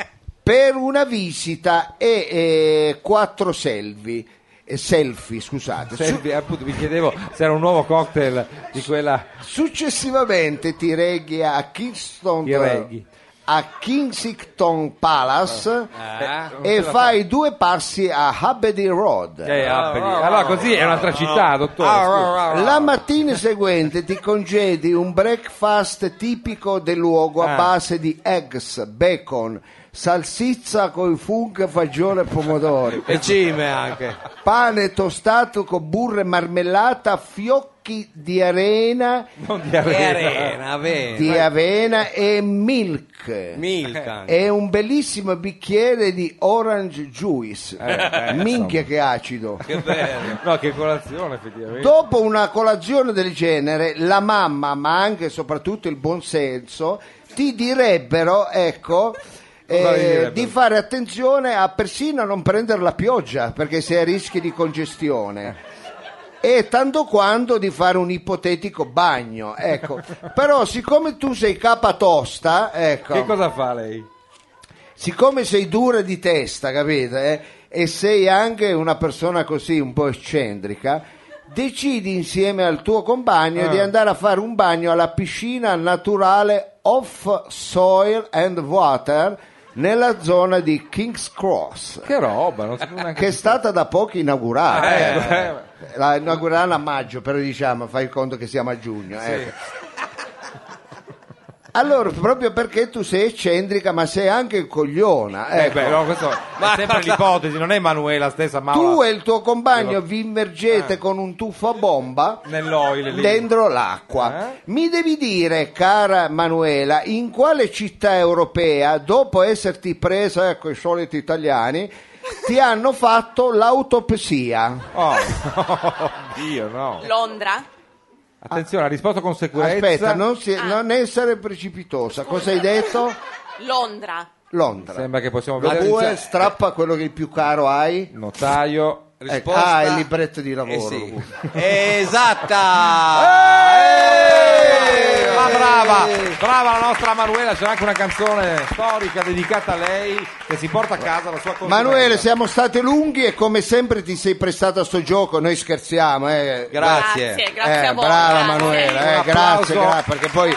Per una visita e eh, quattro selfie. eh, selfie, scusate. Su-
Servi- appunto, mi chiedevo se era un nuovo cocktail di quella...
Successivamente ti reghi a Kingston
Ti reghi.
a Kensington Palace eh,
Ah, non
e
ce la
fai due passi a Aberdeen Road.
Eh, oh. Apperi.
Oh,
allora, così è un'altra città, dottore. scusi.
La mattina seguente ti congedi un breakfast tipico del luogo a
Ah.
base di eggs, bacon, salsiccia con funghi, fagioli e pomodori,
E
*laughs*
cime anche.
pane tostato con burro e marmellata, fiocchi di arena,
Non di
Che
arena.
*laughs* arena, vero.
Eh,
di avena e milk.
Milkan.
E un bellissimo bicchiere di orange juice.
Eh, beh,
Minchia che acido.
Che bello.
*laughs* No, che colazione, effettivamente.
Dopo una colazione del genere, la mamma, ma anche e soprattutto il buonsenso, ti direbbero, ecco, eh,
Cosa gli direbbero?
di fare attenzione a persino a non prendere la pioggia, perché sei a rischio di congestione. E tanto quanto di fare un ipotetico bagno, ecco. Però siccome tu sei capa tosta, ecco.
Che cosa fa lei?
Siccome sei dura di testa, capite? eh, e sei anche una persona così un po' eccentrica, decidi insieme al tuo compagno di andare a fare un bagno alla piscina naturale Off Soil and Water nella zona di King's Cross.
Che roba, non so neanche...
Che è stata da poco inaugurata, eh.
Eh,
la inaugureranno a maggio, però diciamo, fai il conto che siamo a giugno. ecco. Allora, proprio perché tu sei eccentrica, ma sei anche
*laughs*
cogliona.
eh,
ecco.
beh, no, questo è sempre l'ipotesi, non è Manuela stessa, ma
tu e il tuo compagno vi immergete con un tuffo a bomba
nell'oil Eh. lì.
dentro l'acqua.
Eh?
Mi devi dire, cara Manuela, in quale città europea, dopo esserti presa, ecco i soliti italiani, ti hanno fatto l'autopsia?
Oh, *laughs* Dio, no.
Londra?
Attenzione, ha risposto con sicurezza.
Aspetta, non,
Ah.
si- non essere precipitosa. Cosa hai detto?
Londra.
Londra.
Sembra che possiamo
La
vedere
due, strappa quello che più caro hai.
notaio.
Ecco,
Risposta-
ah, il libretto di lavoro.
Eh sì. Esatta!
Eh, Ma brava,
Eh!
brava la nostra Manuela, c'è anche una canzone storica dedicata a lei che si porta a casa la sua consulenza.
Manuele, siamo stati lunghi e come sempre ti sei prestato a sto gioco, noi scherziamo. Eh.
Grazie.
Grazie,
Eh,
grazie a voi.
Brava
grazie.
Manuela, eh,
Un
grazie,
applauso.
grazie, perché poi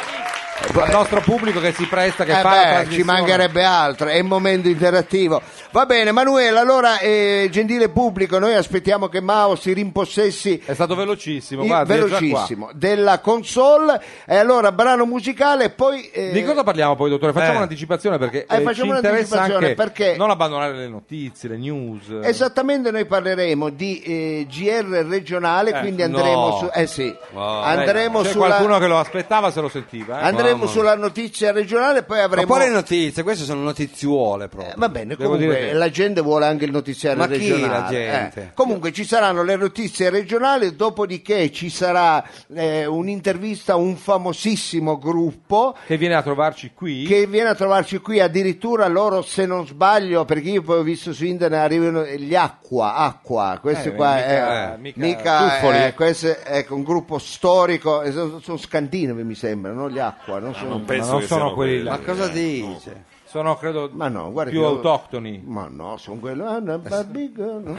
il nostro pubblico che si presta, che
eh,
fa la
beh,
trasmissione.
ci mancherebbe altro, è un momento interattivo. Va bene Manuela, allora eh, gentile pubblico, noi aspettiamo che Mao si rimpossessi
È stato velocissimo,
in-
guarda, è già qua.
velocissimo della console. E allora brano musicale e poi... eh,
Di cosa parliamo poi, dottore? Facciamo
Eh.
un'anticipazione perché
Eh,
eh,
facciamo
ci interessa
un'anticipazione
anche
perché-
non abbandonare le notizie, le news.
Esattamente, noi parleremo di eh, GR regionale, quindi andremo
no.
su... Eh sì,
Wow.
Dai,
andremo
Oh, c'è
sulla...
qualcuno che lo aspettava, se lo sentiva. eh?
Andremo
Mamma mia.
sulla notizia regionale, poi
Ma
avremo.
quale notizie? Queste sono notiziuole
Eh,
proprio.
Va bene,
Devo dire che-
comunque la gente vuole anche il notiziario
Ma chi
regionale.
la gente?
eh. Comunque ci saranno le notizie regionali, dopodiché ci sarà eh, un'intervista a un famosissimo gruppo
Che viene a trovarci qui.
che viene a trovarci qui addirittura loro se non sbaglio perché io poi ho visto su internet arrivano gli acqua acqua questi
Eh,
qua
mica-
eh,
mica
mica
tuffoli.
eh, questo è ecco, un gruppo storico eh, sono, sono scandinavi mi sembra no? gli acqua non sono
non penso
Ma non
che
sono
siano
quelli
quelli.
là.
Ma cosa
eh,
dice?
Sono, credo,
Ma no, guarda
più
che io-
autoctoni. *laughs*
Ma no, sono quello. ah, no, barbigo, no.
non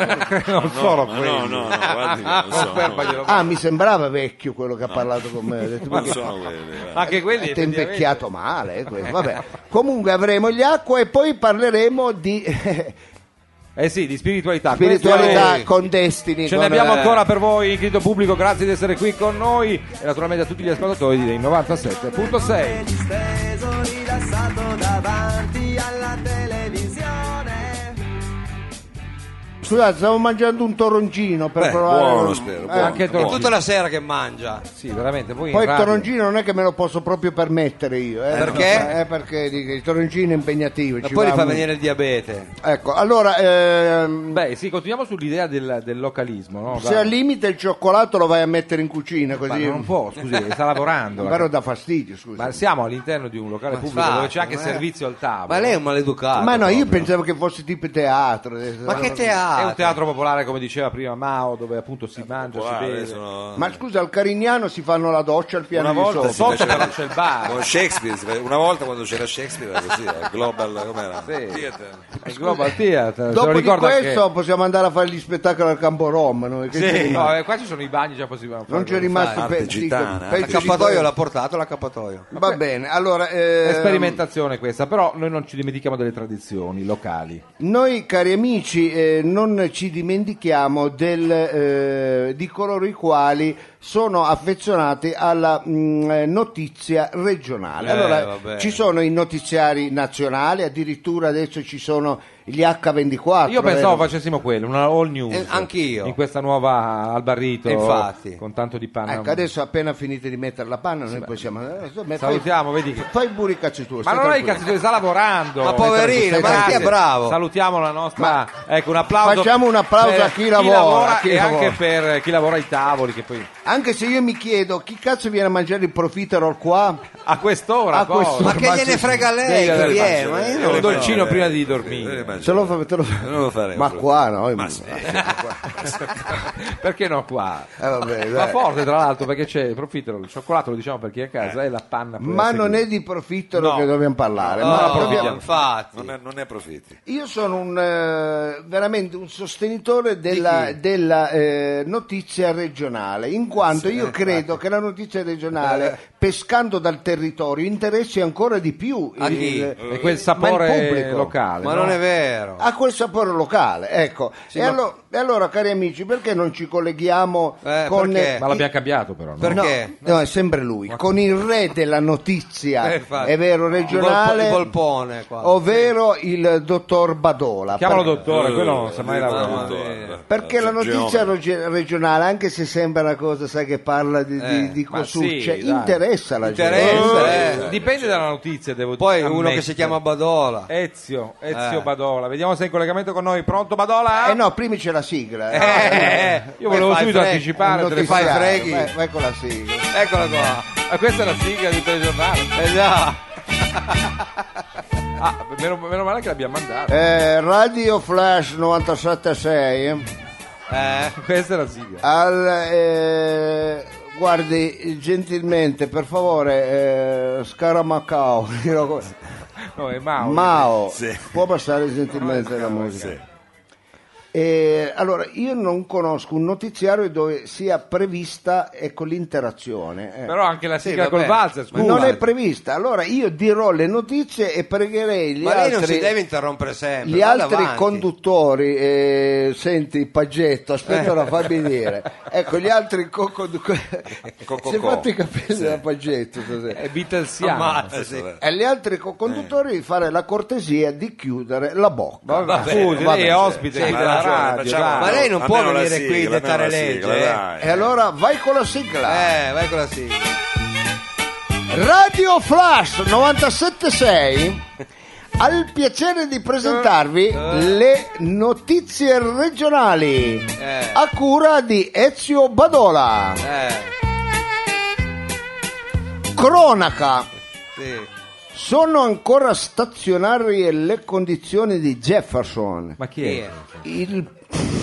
No,
sono
ma
quelli.
no, no, no,
*laughs*
guardi che non sono,
Conferma glielo-
Ah, mi sembrava vecchio quello che ha parlato con me. Ho detto,
non
ma-
sono quelli. guarda.
Anche quelli
Ti è
effettivamente-
invecchiato male. eh, quello. Vabbè. Comunque avremo gli acqua e poi parleremo di *laughs*
Eh sì, di spiritualità. Questo
spiritualità
è-
con Destiny.
Ce
con,
ne abbiamo
eh,
ancora per voi, querido pubblico, grazie di essere qui con noi e naturalmente a tutti gli ascoltatori dei 97.6.
Steso rilassato davanti alla televisione.
Scusate, stavo mangiando un toroncino per
Beh,
provare. Eh,
buono, spero, buono.
anche
Buono.
tu.
È tutta la sera che mangia.
Sì, veramente. Poi, in
Poi il
radio-
toroncino non è che me lo posso proprio permettere io. eh.
Perché?
Eh, perché dico, il toroncino è impegnativo.
Ma
ci
poi gli
va
fa
molto.
venire il diabete.
Ecco, allora, ehm,
Beh, sì, continuiamo sull'idea del, del localismo, no?
se
Dai.
al limite il cioccolato lo vai a mettere in cucina
Ma
così.
non può, scusi, sta lavorando.
Però dà fastidio, scusa.
Ma siamo all'interno di un locale
Ma
pubblico
infatti,
dove c'è anche
ma-
servizio al tavolo.
Ma lei è un maleducato.
Ah, Ma no, io
proprio.
pensavo che fosse tipo teatro. eh,
Ma che
È
teatro?
un teatro popolare, come diceva prima Mao, dove appunto si mangia, si
Popolare,
beve.
sono-
Ma scusa, al Carignano si fanno la doccia al piano
Una
di
volta sotto
sopra.
faceva-
però c'è il bar.
Con Shakespeare, si fa- una volta quando c'era Shakespeare era così, era Global, com'era?
Sì.
Theater.
Il Global Theater, se lo
Dopo di
ricorda
questo
anche-
possiamo andare a fare gli spettacoli al Campo Rom. noi, che ci
Sì,
rimane?
no, eh, qua ci sono i bagni già possibili.
non c'è rimasto
Arte
pe-
gitana,
dico,
arte
eh.
pezzi di
L'accappatoio
pezzi.
l'ha portato l'accappatoio.
Va bene, allora ehm,
Sperimentazione questa, però noi non ci dimentichiamo delle tradizioni locali.
noi cari amici eh, non ci dimentichiamo del, eh, di coloro i quali sono affezionati alla mh, eh, notizia regionale.
Eh,
allora
vabbè.
ci sono i notiziari nazionali, addirittura adesso ci sono gli H24.
Io pensavo
vero?
facessimo quello, una all news.
Eh, anch'io.
In questa nuova al barrito.
E infatti.
Con tanto di panna.
Ecco, adesso appena finite di mettere la panna noi possiamo... eh, ma
Salutiamo,
fai,
vedi che-
Fai pure i cazzi tuoi.
Ma
stai
non è il
tranquillo.
cazzo che sta lavorando.
Ma poverino,
Stai
ma
tranquillo.
chi è
bravo?
Salutiamo la nostra. ecco, un applauso.
Facciamo un applauso
per
a chi lavora, a chi
e
lavora.
anche per chi lavora ai tavoli, che poi
Anche se io mi chiedo chi cazzo viene a mangiare il profiterol qua?
a quest'ora
A
poi.
quest'ora.
Ma che
Ma
gliene
sì,
frega a lei?
Devi
Chi
avere
è? Ma io
pazienza.
non
Un
lo so.
dolcino prima di dormire.
Se lo fa- te lo-
Non lo farei.
Ma qua no?
Ma sì.
*laughs* Perché no qua?
Eh, vabbè,
Ma
dai.
forte tra l'altro perché c'è il profitto, il cioccolato lo diciamo per
Eh.
chi è a casa e la panna poi a
Ma non
seguire.
è di profiterol
eh, No.
che dobbiamo parlare. ma
No,
dobbiamo-
infatti.
Non, è, non ne approfitti.
Io sono un, eh, veramente un sostenitore della, della, eh, notizia regionale, in quanto io credo che la notizia regionale, pescando dal territorio, interessi ancora di più
A chi?
E quel
ma il
sapore
pubblico.
locale.
Ma Ah,
no?
non è vero.
ha quel sapore locale, ecco. e, allo- e allora, cari amici, perché non ci colleghiamo
Eh,
con...
perché?
Ma l'abbiamo cambiato però. no?
Perché?
No, no, è sempre lui, con il re della notizia,
Eh, infatti.
è vero, regionale,
Il, volpone, il volpone qua.
ovvero il dottor Badola.
Chiamalo
Per-
dottore, quello non sa mai
Eh,
lavorare.
dottore.
Perché la notizia
Geometra.
reg- regionale, anche se sembra una cosa, sai, che parla di, di,
Eh,
di
ma
cosucce,
sì, dai.
interessa la gente.
Interessa, eh.
Eh, Dipende dalla notizia, devo
Poi uno
ammettere.
che si chiama Badola.
Eh, Ezio, Ezio
Eh.
Badola. Vediamo se è in collegamento con noi. Pronto Badola?
Eh no, prima c'è la sigla.
Eh,
Io volevo
fai
subito
freghi,
anticipare.
Un
te le
notiziario.
fai freghi.
freghi.
Vai, vai con Eh, ecco la sigla.
Eccola qua.
Ah, questa è la sigla di telegiornale.
Eh già.
Ah, meno, meno male che l'abbiamo mandata.
Eh, Radio Flash 976
Eh.
*laughs* Questa è la sigla.
al eh, guardi gentilmente per favore eh, *laughs* Scaramacao dirò così.
No, è Mao.
Mao
Sì.
può passare gentilmente la musica
Sì.
Eh, allora io non conosco un notiziario dove sia prevista ecco, l'interazione eh.
Però anche la
Sì,
sigla
vabbè.
col valzer, scusa.
non è prevista allora io dirò le notizie e pregherei gli
Ma lei non
altri
si deve interrompere sempre.
gli
vada
altri
Eh, avanti.
conduttori, eh, senti Paggetto, aspetta,
*laughs*
ora fammi dire. Ecco, gli altri co- conduttori.
Co-co-co.
Si è fatto i capelli da Paggetto stasera.
Eh.
È Beatlesiano.
Ammazza,
Eh,
sì.
vabbè.
E gli altri co-conduttori di fare la cortesia di chiudere la bocca.
Vabbè, scusi, lei è ospite
Sì,
della
ha ragione,
radio.
facciamo-
dai.
Ma lei non può
almeno la
venire qui
sigla,
a dettare
almeno la sigla,
legge, eh.
dai.
E allora vai con la sigla.
Eh, vai con la sigla.
Radio Flash 976 al piacere di
Eh.
presentarvi le notizie regionali
Eh.
a cura di Ezio Badola.
Eh,
Cronaca.
sì.
Sono ancora stazionarie le condizioni di Jefferson.
Ma chi è?
Il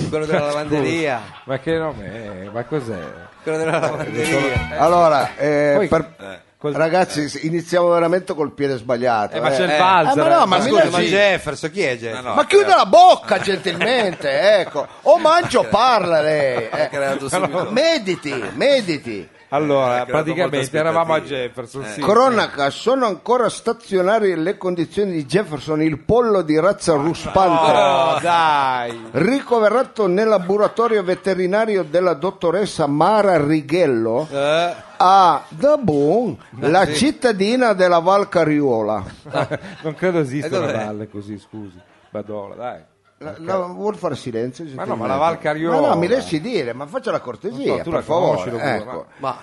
Quello della lavanderia.
Ma che nome è? Ma cos'è?
Quello della lavanderia.
Allora, eh,
Poi-
per-
col-
ragazzi, iniziamo veramente col piede sbagliato.
Eh, ma c'è il
Eh,
valzer,
ma no,
eh.
ma,
Ma
mi
Scusa,
lasci-
ma Jefferson, chi è Jefferson?
no.
ma chiude la bocca gentilmente, ecco. O mangio o parla lei. eh.
creato subito.
Mediti, mediti.
Allora,
Eh, credo
praticamente
molta
eravamo a
aspettativa.
Jefferson, sì.
Cronaca, sono ancora stazionarie le condizioni di Jefferson, il pollo di razza ruspante.
Oh, dai.
Ricoverato nel laboratorio veterinario della dottoressa Mara Righello
Eh,
a Dabun, Ah, la cittadina della Val Cariola.
*laughs* non credo esista
E
una
dov'è?
valle così, scusi. Badola, dai.
La, la- vuol fare silenzio?
ma
gentilmente?
la Val Cariola.
Ma no, mi lasci dire, ma faccia la cortesia,
No, tu la
per favore.
conosci, lo vuoi,
ecco.
ma-
Ma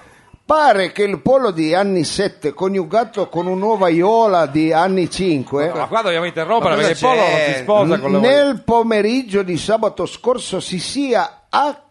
Pare che il polo di anni 7 coniugato con un'uova Iola di anni 5
Ma qua dobbiamo interrompere
Ma cosa
perché Polo non
c'è?
si sposa con la
nel pomeriggio di sabato scorso si sia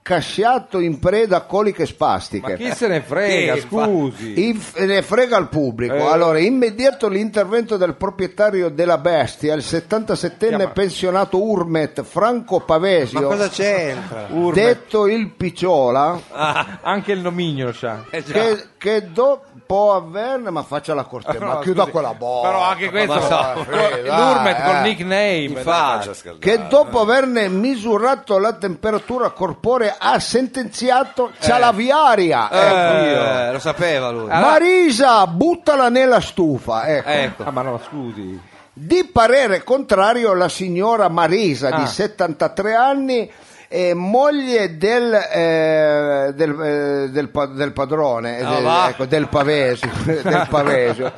accasciato in preda a coliche spastiche.
Ma chi se ne frega,
Che fa-
scusi.
Inf- ne frega il pubblico.
Eh.
Allora, immediato l'intervento del proprietario della bestia, il 77enne
Chiama-
pensionato Urmet Franco
ma
Pavesio,
cosa c'entra?
Urme.
detto il Picciola,
Anche il nomignolo c'ha.
Eh,
*laughs*
già.
che, che dopo averne, ma faccia la corte, ma
No,
chiuda
scusi,
quella bocca.
Oh,
Però anche questo.
ma va, sì, dai,
L'Urmet
eh.
col nickname.
Faccia
dai.
scaldare.
Che dopo averne misurato la temperatura corporea ha sentenziato c'ha la viaria. Ecco.
Eh, lo sapeva lui.
Ah. Marisa, buttala nella stufa. Ecco.
Ecco.
Ah, ma no, scusi.
Di parere contrario la signora Marisa
Ah.
di 73 anni, eh, moglie del, eh, del, eh, del pa- del padrone, eh,
Ah,
del,
va.
ecco, del Pavesio, *laughs* del Pavesio.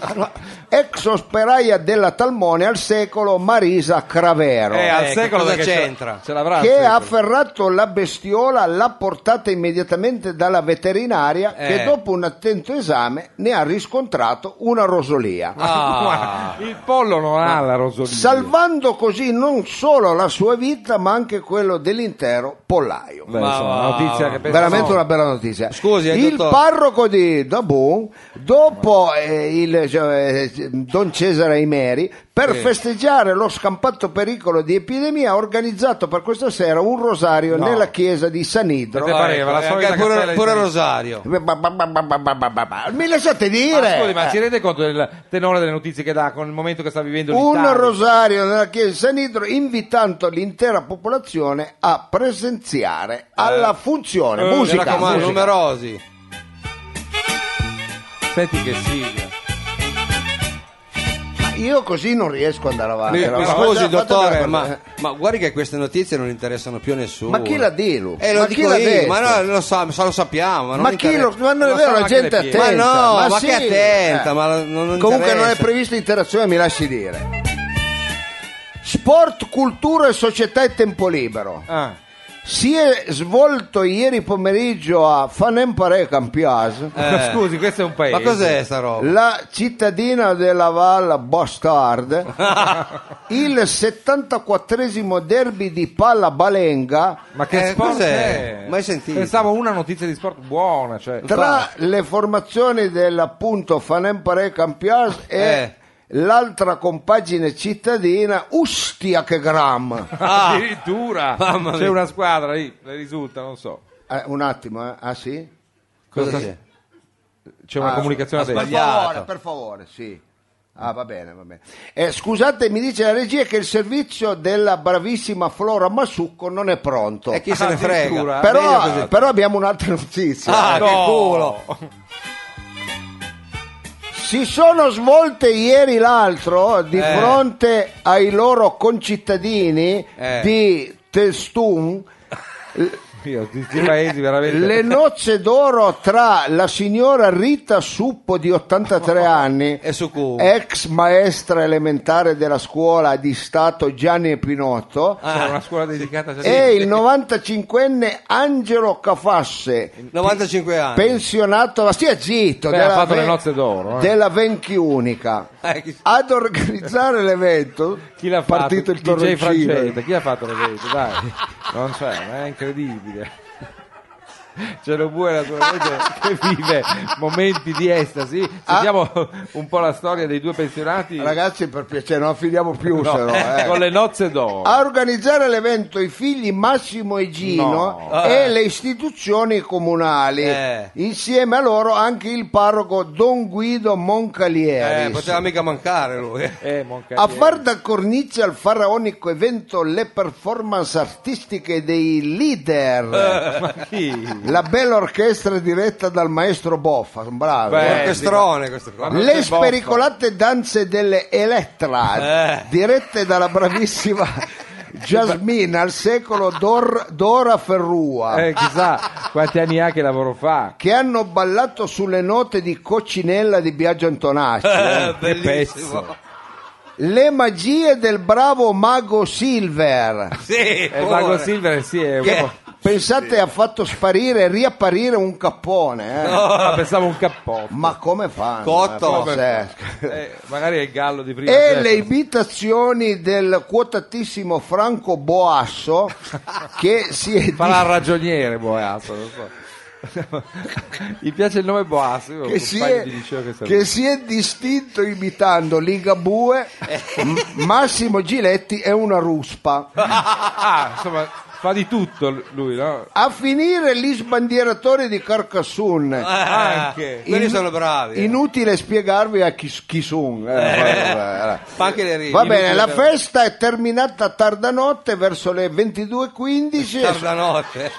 ex osperaia della Talmone al secolo Marisa Cravero.
Eh, al
Ecco,
secolo
cosa
perché ce-
c'entra?
Ce l'avrà. al
che
secolo.
ha afferrato la bestiola, l'ha portata immediatamente dalla veterinaria
Eh.
che dopo un attento esame ne ha riscontrato una rosolia.
Ah.
Il pollo non ha la rosolina.
salvando così non solo la sua vita ma anche quello dell'intero pollaio.
Beh,
Ma
insomma,
va.
una notizia che penso
Veramente
no.
una bella notizia.
Scusi, eh,
il
dottor-
parroco di Dabun, dopo eh, il, cioè, eh, Don Cesare Aimeri, per festeggiare lo scampato pericolo di epidemia, ha organizzato per questa sera un rosario
No.
nella chiesa di
Te
Sanidro.
Vedete- pareva la
Ecco,
solita
anche pure,
cappella di
pure
San-
Rosario.
Ba- ba- ba- ba- ba- ba- ba- ba- ba. Mi lasciate dire?
Ma scusi, ma
Eh.
si rende conto del tenore delle notizie che dà con il momento che sta vivendo
un
l'Italia?
rosario nella chiesa di Sanidro invitando l'intera popolazione a presenziare alla funzione
Eh,
Eh. Mi
musica,
raccomando,
musica.
numerosi.
Senti che sigla.
Ma io così non riesco ad andare avanti
Mi,
no?
mi
Ma
scusi,
guarda-
dottore,
guarda-
ma, ma guardi che queste notizie non interessano più a nessuno.
eh. ma chi la dilu?
Eh, lo
ma chi
dico
l'ha
io,
detto?
ma no, lo, sa- sa- lo sappiamo. Ma, non
Ma chi lo,
interessa.
ma non è
Lo
vero,
sa,
la
ma
gente è
che le
attenta.
Ma no, ma
sì. eh.
che attenta, ma non- non
Comunque
interessa.
non è prevista interazione, mi lasci dire. Sport, cultura e società e tempo libero.
Ah.
Si è svolto ieri pomeriggio a Fanemparé Campias.
Eh.
Scusi, questo è un paese.
Ma cos'è sta roba?
La cittadina della Val
*laughs*
Bastard, il 74esimo derby di palla balenga
Ma che
Eh,
sport
cos'è?
è?
Mai sentito.
Pensavo una notizia di sport buona, cioè. *laughs*
tra le formazioni dell'appunto Fanemparé Campias e
Eh.
l'altra compagine cittadina Ustia che gram.
Ah.
Addirittura
Mamma
c'è
mia.
una squadra lì, le risulta, non so.
Eh, un attimo, eh. ah sì?
Cosa c'è?
C'è una
Ah,
comunicazione
aspetta.
adesso.
Per favore,
Sbagliato.
per favore, sì. Ah, va bene, va bene. Eh, scusate, mi dice la regia che il servizio della bravissima Flora Massucco non è pronto.
E Eh, chi se ne frega?
Addirittura.
Meglio
però,
così.
però abbiamo un'altra notizia.
Ah,
No.
che culo.
Si sono svolte ieri l'altro di
Eh.
fronte ai loro concittadini
Eh.
di Testun
Io, questi paesi veramente.
le nozze d'oro tra la signora Rita Suppo di 83 anni
E su culo.
ex maestra elementare della scuola di Stato Gianni Pinotto
Ah. C'è una scuola dedicata a
e il 95enne Angelo Cafasse
95 anni.
pensionato ma stia zitto
Beh, ha
della
fatto
ve-
le nozze d'oro, eh.
della Venchiunica
Eh, chi-
ad organizzare l'evento
*laughs* Chi l'ha fatto?
partito il
DJ
torroncino
Francese, chi ha fatto le vedete? Dai, non c'è, ma è incredibile. C'è lo bue naturalmente che vive momenti di estasi. Sentiamo un po' la storia dei due pensionati
Ah. ragazzi per piacere non affidiamo più
no,
se
*laughs*
no, eh.
con le nozze d'oro.
a organizzare l'evento i figli Massimo e Gino
No. Eh.
e le istituzioni comunali
Eh.
insieme a loro anche il parroco Don Guido
Eh,
Moncalieri
poteva mica mancare lui.
Eh, Moncalieri.
A far da cornice al faraonico evento le performance artistiche dei leader.
Ma chi?
*laughs* La bella orchestra diretta dal maestro Boffa, sono bravi.
Beh,
eh.
Orchestrone questo qua.
non c'è
Le
Boffa.
spericolate danze delle Elettra,
Eh.
dirette dalla bravissima Jasmine al secolo Dor- Dora Ferrua.
Eh, chissà quanti anni ha che lavoro fa.
Che hanno ballato sulle note di Coccinella di Biagio Antonacci.
Eh,
che
*laughs* bellissimo.
pezzo.
Le magie del bravo mago Silver.
*laughs*
Sì,
Eh,
E il
ora.
Mago Eh, Silver sì, è un po'...
Pensate, ha fatto sparire e riapparire un cappone. eh.
Ah, pensavo un cappotto.
Ma come fanno?
Cotto.
Eh, pazzesco.
Eh, magari è il gallo di prima.
E
Jefferson.
le imitazioni del quotatissimo Franco
*laughs*
Boasso che si è
Farà il ragioniere Boasso, non so. *laughs* Gli piace il nome Boasso, io ho un
*laughs* che si,
compagno
è,
di liceo che sa-
che si è distinto imitando Ligabue,
Eh.
M- Massimo Giletti e una ruspa.
Ah, insomma, fa di tutto lui, no?
A finire gli sbandieratori di Carcassonne.
Anche.
Quelli
In-
sono bravi. eh.
Inutile spiegarvi a chi, chi son. Eh, vabbè, eh.
Fa anche le rime.
Va bene, la
Inutile-
festa è terminata tarda notte verso le 22.15.
Tarda notte.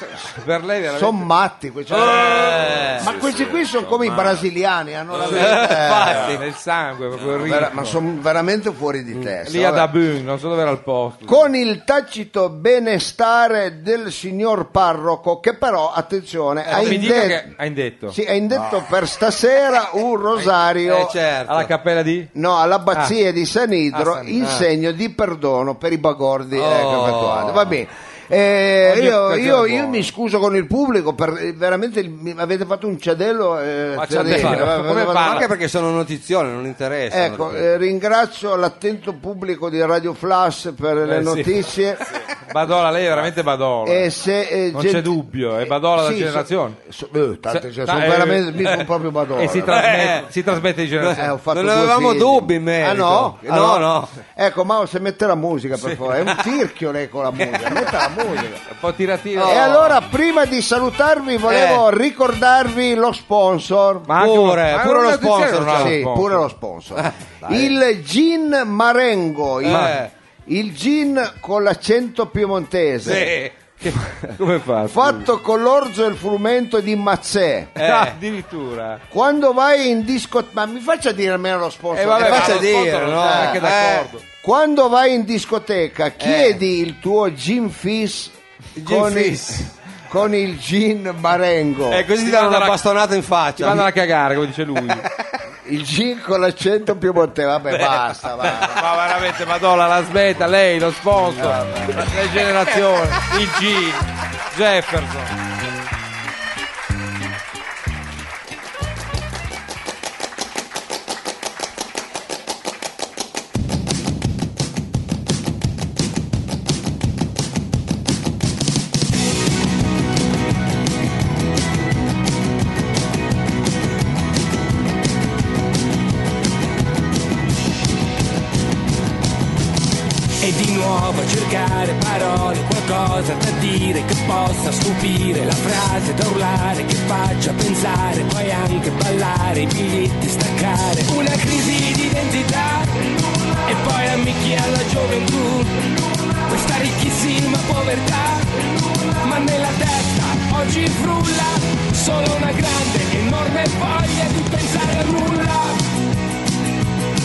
Per lei veramente...
Sono matti questi.
Eh.
Eh,
ma
Sì,
questi
sì,
qui sono come i brasiliani, hanno la
eh,
vita.
Infatti.
nel sangue, proprio il
eh,
ritmo.
vera- eh. ma sono veramente fuori di testa.
Lì ad
vabbè.
Abun, non so dove era il posto.
Con il tacito benestare del signor parroco, che però, attenzione, ha,
Eh, Non mi dica
inde-
che Ah. hai detto.
sì, ha indetto per stasera un rosario.
Eh, certo.
Alla cappella di...
No, all'abbazia di San Idro
Ah, San-
in
ah.
segno di perdono per i bagordi eh, che
Oh.
effettuate. Va bene. Eh,
Ogni
io,
occasione
io-
è
io
buona.
mi scuso con il pubblico per eh, veramente il- mi- avete fatto un ciadello eh,
Ma
terribile.
ciadello,
Avete
come
fatto-
parla?
Anche perché sono notizione, non interessa.
Ecco, eh, ringrazio l'attento pubblico di Radio Flash per le
Eh, sì. *laughs*
notizie
Badola, lei è veramente Badola.
e se, eh,
Non
gen-
c'è dubbio, è Badola da
Sì, so-
generazione.
so- eh, tante-
Se-
cioè,
ta-
sono
eh,
veramente mi sono proprio Madonna.
E si trasmette, si trasmette di
Eh,
generazione.
ho fatto
Non
due
avevamo
figli.
dubbi in merito.
Ah, no?
No,
Ah, no?
no.
Ecco, Mao, se mette la musica per favore. È un tirchio
*laughs*
lei con la musica. Metta la musica.
Un po' tirativa.
E allora, prima di salutarvi, volevo ricordarvi lo sponsor.
Ma anche
Pure,
ma
pure
non
lo
è notiziario,
sponsor,
non ha lo
sì,
sponsor.
pure lo sponsor. il gin Marengo. Il,
Eh.
il gin con l'accento piemontese.
Sì.
Che- come fa?
Fatto con l'orzo e il frumento di Mazzè. *laughs*
Eh, addirittura.
Quando vai in discoteca, ma mi faccia dire almeno lo sponsor.
E vabbè,
Eh,
ma
faccia
lo cioè,
dire,
sponsor non
no?
è neanche
Eh.
d'accordo.
Quando vai in discoteca, chiedi il tuo gin fizz
Gin
con, il-
fizz.
con il gin marengo.
E così
Ti
ti danno
manda
una
la-
bastonata in
Ci
faccia.
vanno a cagare, come dice *laughs* lui. Ma
Il gin con l'accento piemonte, vabbè, basta. va.
veramente, Madonna, la smetta, lei, lo sponsor, la generazione, il G, Jefferson.
E di nuovo a cercare parole, qualcosa da dire che possa stupire, la frase da urlare che faccia pensare, poi anche ballare, i biglietti staccare. Una crisi di identità e poi ammicchia alla gioventù, questa ricchissima povertà, ma nella testa oggi frulla, solo una grande, enorme voglia di pensare a nulla,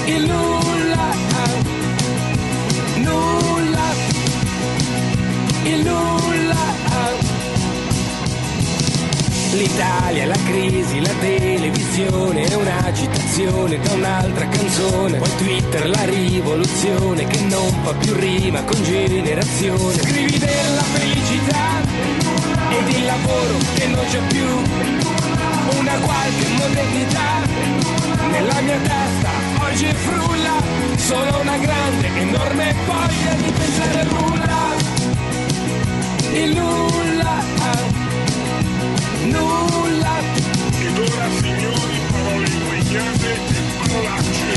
il nulla ah. nulla, il nulla. L'Italia, la crisi, la televisione è un'agitazione da un'altra canzone. Poi Twitter, la rivoluzione che non fa più rima con generazione. Scrivi della felicità e di lavoro che non c'è più. Una qualche modernità nella mia testa oggi frulla solo una grande enorme voglia di pensare a nulla il nulla nulla ed ora signori parole inguagliate e parolacce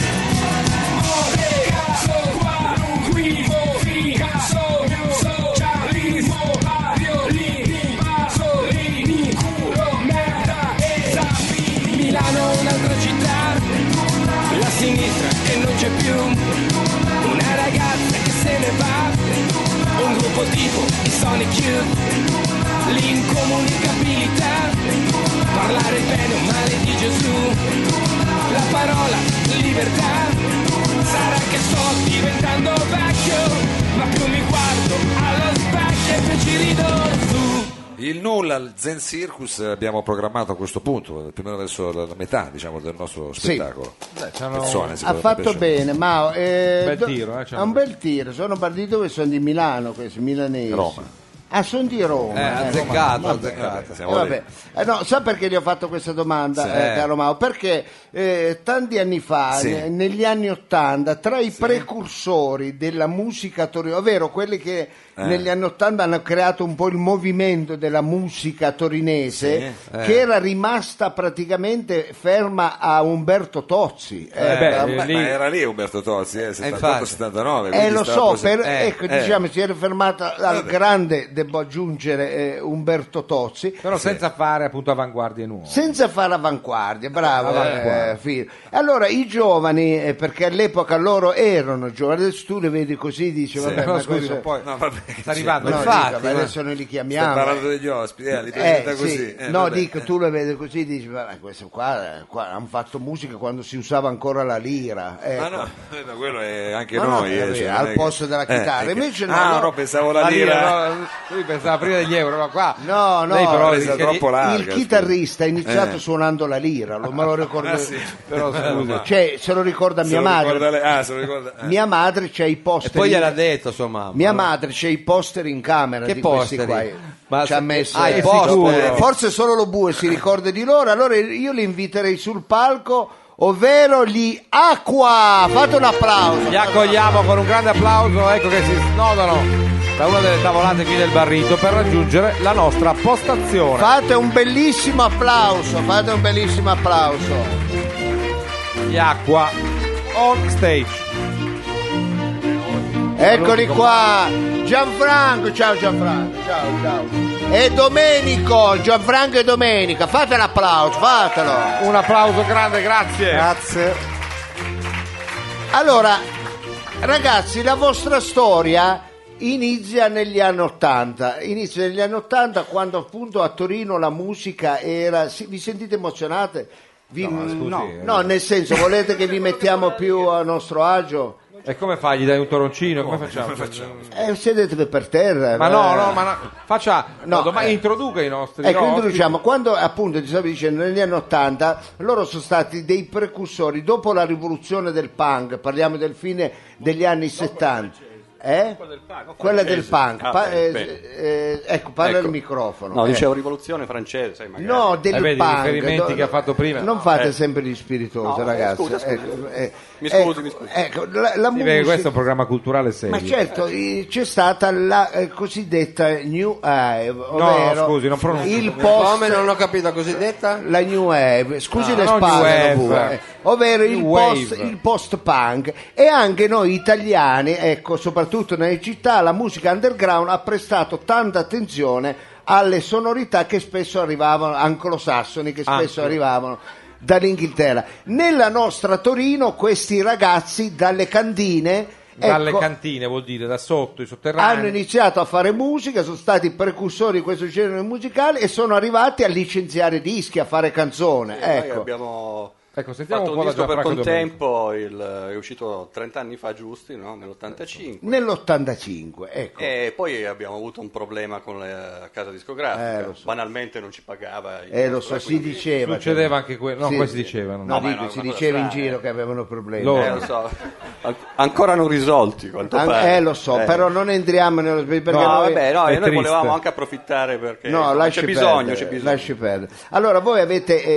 Picasso qua Quivo Picasso socialismo Pariolini Pasolini culo merda e Zappini Milano un'altra città la sinistra che non c'è più una ragazza che se ne va un gruppo tipo di Sonic Youth l'incomunicabilità parlare bene o male di Gesù la parola libertà Sarà che sto diventando vecchio, ma più mi guardo allo specchio e più ci rido su.
Il nulla, il Zen Circus, eh, abbiamo programmato a questo punto, eh, più o meno verso la, la metà diciamo, del nostro spettacolo.
c'hanno-
Pezzone, si
Ha
potrebbe
fatto
piacere.
bene, ma eh,
Bel
do-
tiro, eh, c'è
ha un bel tiro. Sono partito che sono di Milano, questi milanesi.
Roma.
Ah, sono di Roma.
Eh,
eh.
azzeccato,
Vabbè,
azzeccato.
Eh,
siamo
vabbè.
lì.
Eh, no, sa perché gli ho fatto questa domanda,
Sì.
eh, caro Mao? Perché eh, tanti anni fa,
Sì.
ne- negli anni Ottanta, tra i precursori della musica torinese, ovvero quelli che negli anni Ottanta hanno creato un po' il movimento della musica torinese,
Sì, eh.
che era rimasta praticamente ferma a Umberto Tozzi.
Eh, beh,
la-
eh,
Ma-
lì-
Ma era lì Umberto Tozzi, eh, 78-79.
eh, lo so, per-
eh,
ecco,
eh.
diciamo, si era fermata al grande, devo aggiungere, eh, Umberto Tozzi,
Però senza fare appunto avanguardie nuove.
senza fare avanguardia, bravo.
Avanguardia.
eh, Fir. allora i giovani, eh, perché all'epoca loro erano giovani, adesso tu li vedi così, dici, vabbè,
Però
ma
scusi,
questo-
ma poi
No, vabbè,
sta arrivando
No,
il
dico,
fatto.
vabbè, adesso noi li
Stiamo
chiamiamo.
parlando degli ospiti, eh, li
Eh,
presenta
sì.
così. eh,
no,
vabbè.
dico, tu lo vedi così, dici, ma questo qua, eh, qua hanno fatto musica quando si usava ancora la lira.
Ma
ecco.
no, eh, ma quello è anche
No, no,
noi.
vabbè,
eh, cioè,
al
non è
posto della chitarra.
eh,
Invece no,
ah,
no.
no, pensavo la
La lira,
lira.
no, lui pensava prima degli euro, ma qua
No, no,
lei però
presa
rischia di-
troppo larga,
il chitarrista ha iniziato
Eh.
suonando la lira, lo, me lo ricordo.
*laughs* Ah, sì.
però scusa.
Cioè, se lo ricorda
Se
mia
lo
madre.
ricorda lei- ah, se lo ricorda- eh.
Mia madre c'ha i
E
poster.
poi
in-
gliel'ha detto sua mamma.
Mia
no?
madre c'è i poster in camera
Che
di
posteri?
questi qua.
Ma
Ci ha
se-
messo
ah, i
eh,
poster.
sicuro. Forse solo lo bue si ricorda di loro, allora io li inviterei sul palco, ovvero gli Acqua. Fate un applauso.
Li accogliamo con un grande applauso, ecco che si snodano da una delle tavolate qui del barrito per raggiungere la nostra postazione.
Fate un bellissimo applauso, fate un bellissimo applauso.
Gli acqua on stage.
Eccoli qua, Gianfranco, ciao Gianfranco, ciao ciao. E Domenico, Gianfranco e Domenica, fate l'applauso, fatelo.
Un applauso grande, grazie.
Allora, ragazzi, la vostra storia inizia negli anni Ottanta, inizia negli anni Ottanta quando appunto a Torino la musica era... sì, vi sentite emozionate? Vi-
No, scusi,
no,
eh.
no, nel senso, volete che vi mettiamo più a nostro agio?
E come fa? Gli dai un toroncino? Come facciamo?
Eh, sedetevi per terra.
Ma no,
eh.
no, ma no, faccia.
No,
No, domani
eh.
introduca i nostri.
Ecco, quindi
ospiti.
diciamo, quando appunto ti stavo dicendo negli anni Ottanta loro sono stati dei precursori dopo la rivoluzione del punk, parliamo del fine degli anni 70. Eh? Quella del punk,
Ah,
Pa-
eh,
eh,
bene.
eh, ecco, parla
Ecco.
il microfono.
No,
eh.
dicevo rivoluzione francese, sai, magari.
No, del
Eh, vedi, i
punk.
riferimenti
Do-
che ha fatto prima.
Non fate sempre gli spiritosi,
No, eh,
ragazzi.
scusa, scusa.
Ecco, eh,
Mi scusi,
ecco,
mi scusi.
ecco, la, la
Sì, perché
musica-
questo è un programma culturale serio.
Ma certo, eh, c'è stata la eh, cosiddetta New Wave, ovvero
scusi, non pronuncio.
il
Come
post
non ho capito, così detta?
la new wave, scusi
Ah,
le
no,
spalle,
new wave.
pure, eh. ovvero il
New
post,
wave.
il post-punk e anche noi italiani, ecco, soprattutto nelle città, la musica underground ha prestato tanta attenzione alle sonorità che spesso arrivavano, anglosassoni che
Ah,
spesso arrivavano dall'Inghilterra. Nella nostra Torino questi ragazzi dalle cantine
Dalle
ecco,
cantine vuol dire da sotto i sotterranei.
hanno iniziato a fare musica, sono stati precursori di questo genere musicale e sono arrivati a licenziare dischi, a fare canzone.
Noi
ecco.
abbiamo
Ecco, sentiamo
fatto
un po'
un
la
disco per
Gianfranco
contempo, il, è uscito 30 anni fa giusti, no? nell'85.
Nell'85, ecco.
E poi abbiamo avuto un problema con la casa discografica,
Eh, lo so.
banalmente non ci pagava. il
Eh, lo
nostro,
so,
e
si
quindi-
diceva. cioè.
Succedeva anche quello. No,
Sì.
poi si dicevano.
No,
ma
dico,
no,
si
ma
diceva in
cosa-
giro che avevano problemi.
Loro.
Eh, lo
*laughs*
so. An- ancora non risolti, quanto
An-
pare.
eh, lo so,
Eh.
però non entriamo nello sbaglio perché
No,
noi-
vabbè, Eh, no,
È
e noi
triste.
volevamo anche approfittare perché
No,
insomma,
lasci
c'è bisogno,
perdere,
c'è bisogno.
lasci perdere. Allora, voi avete eh,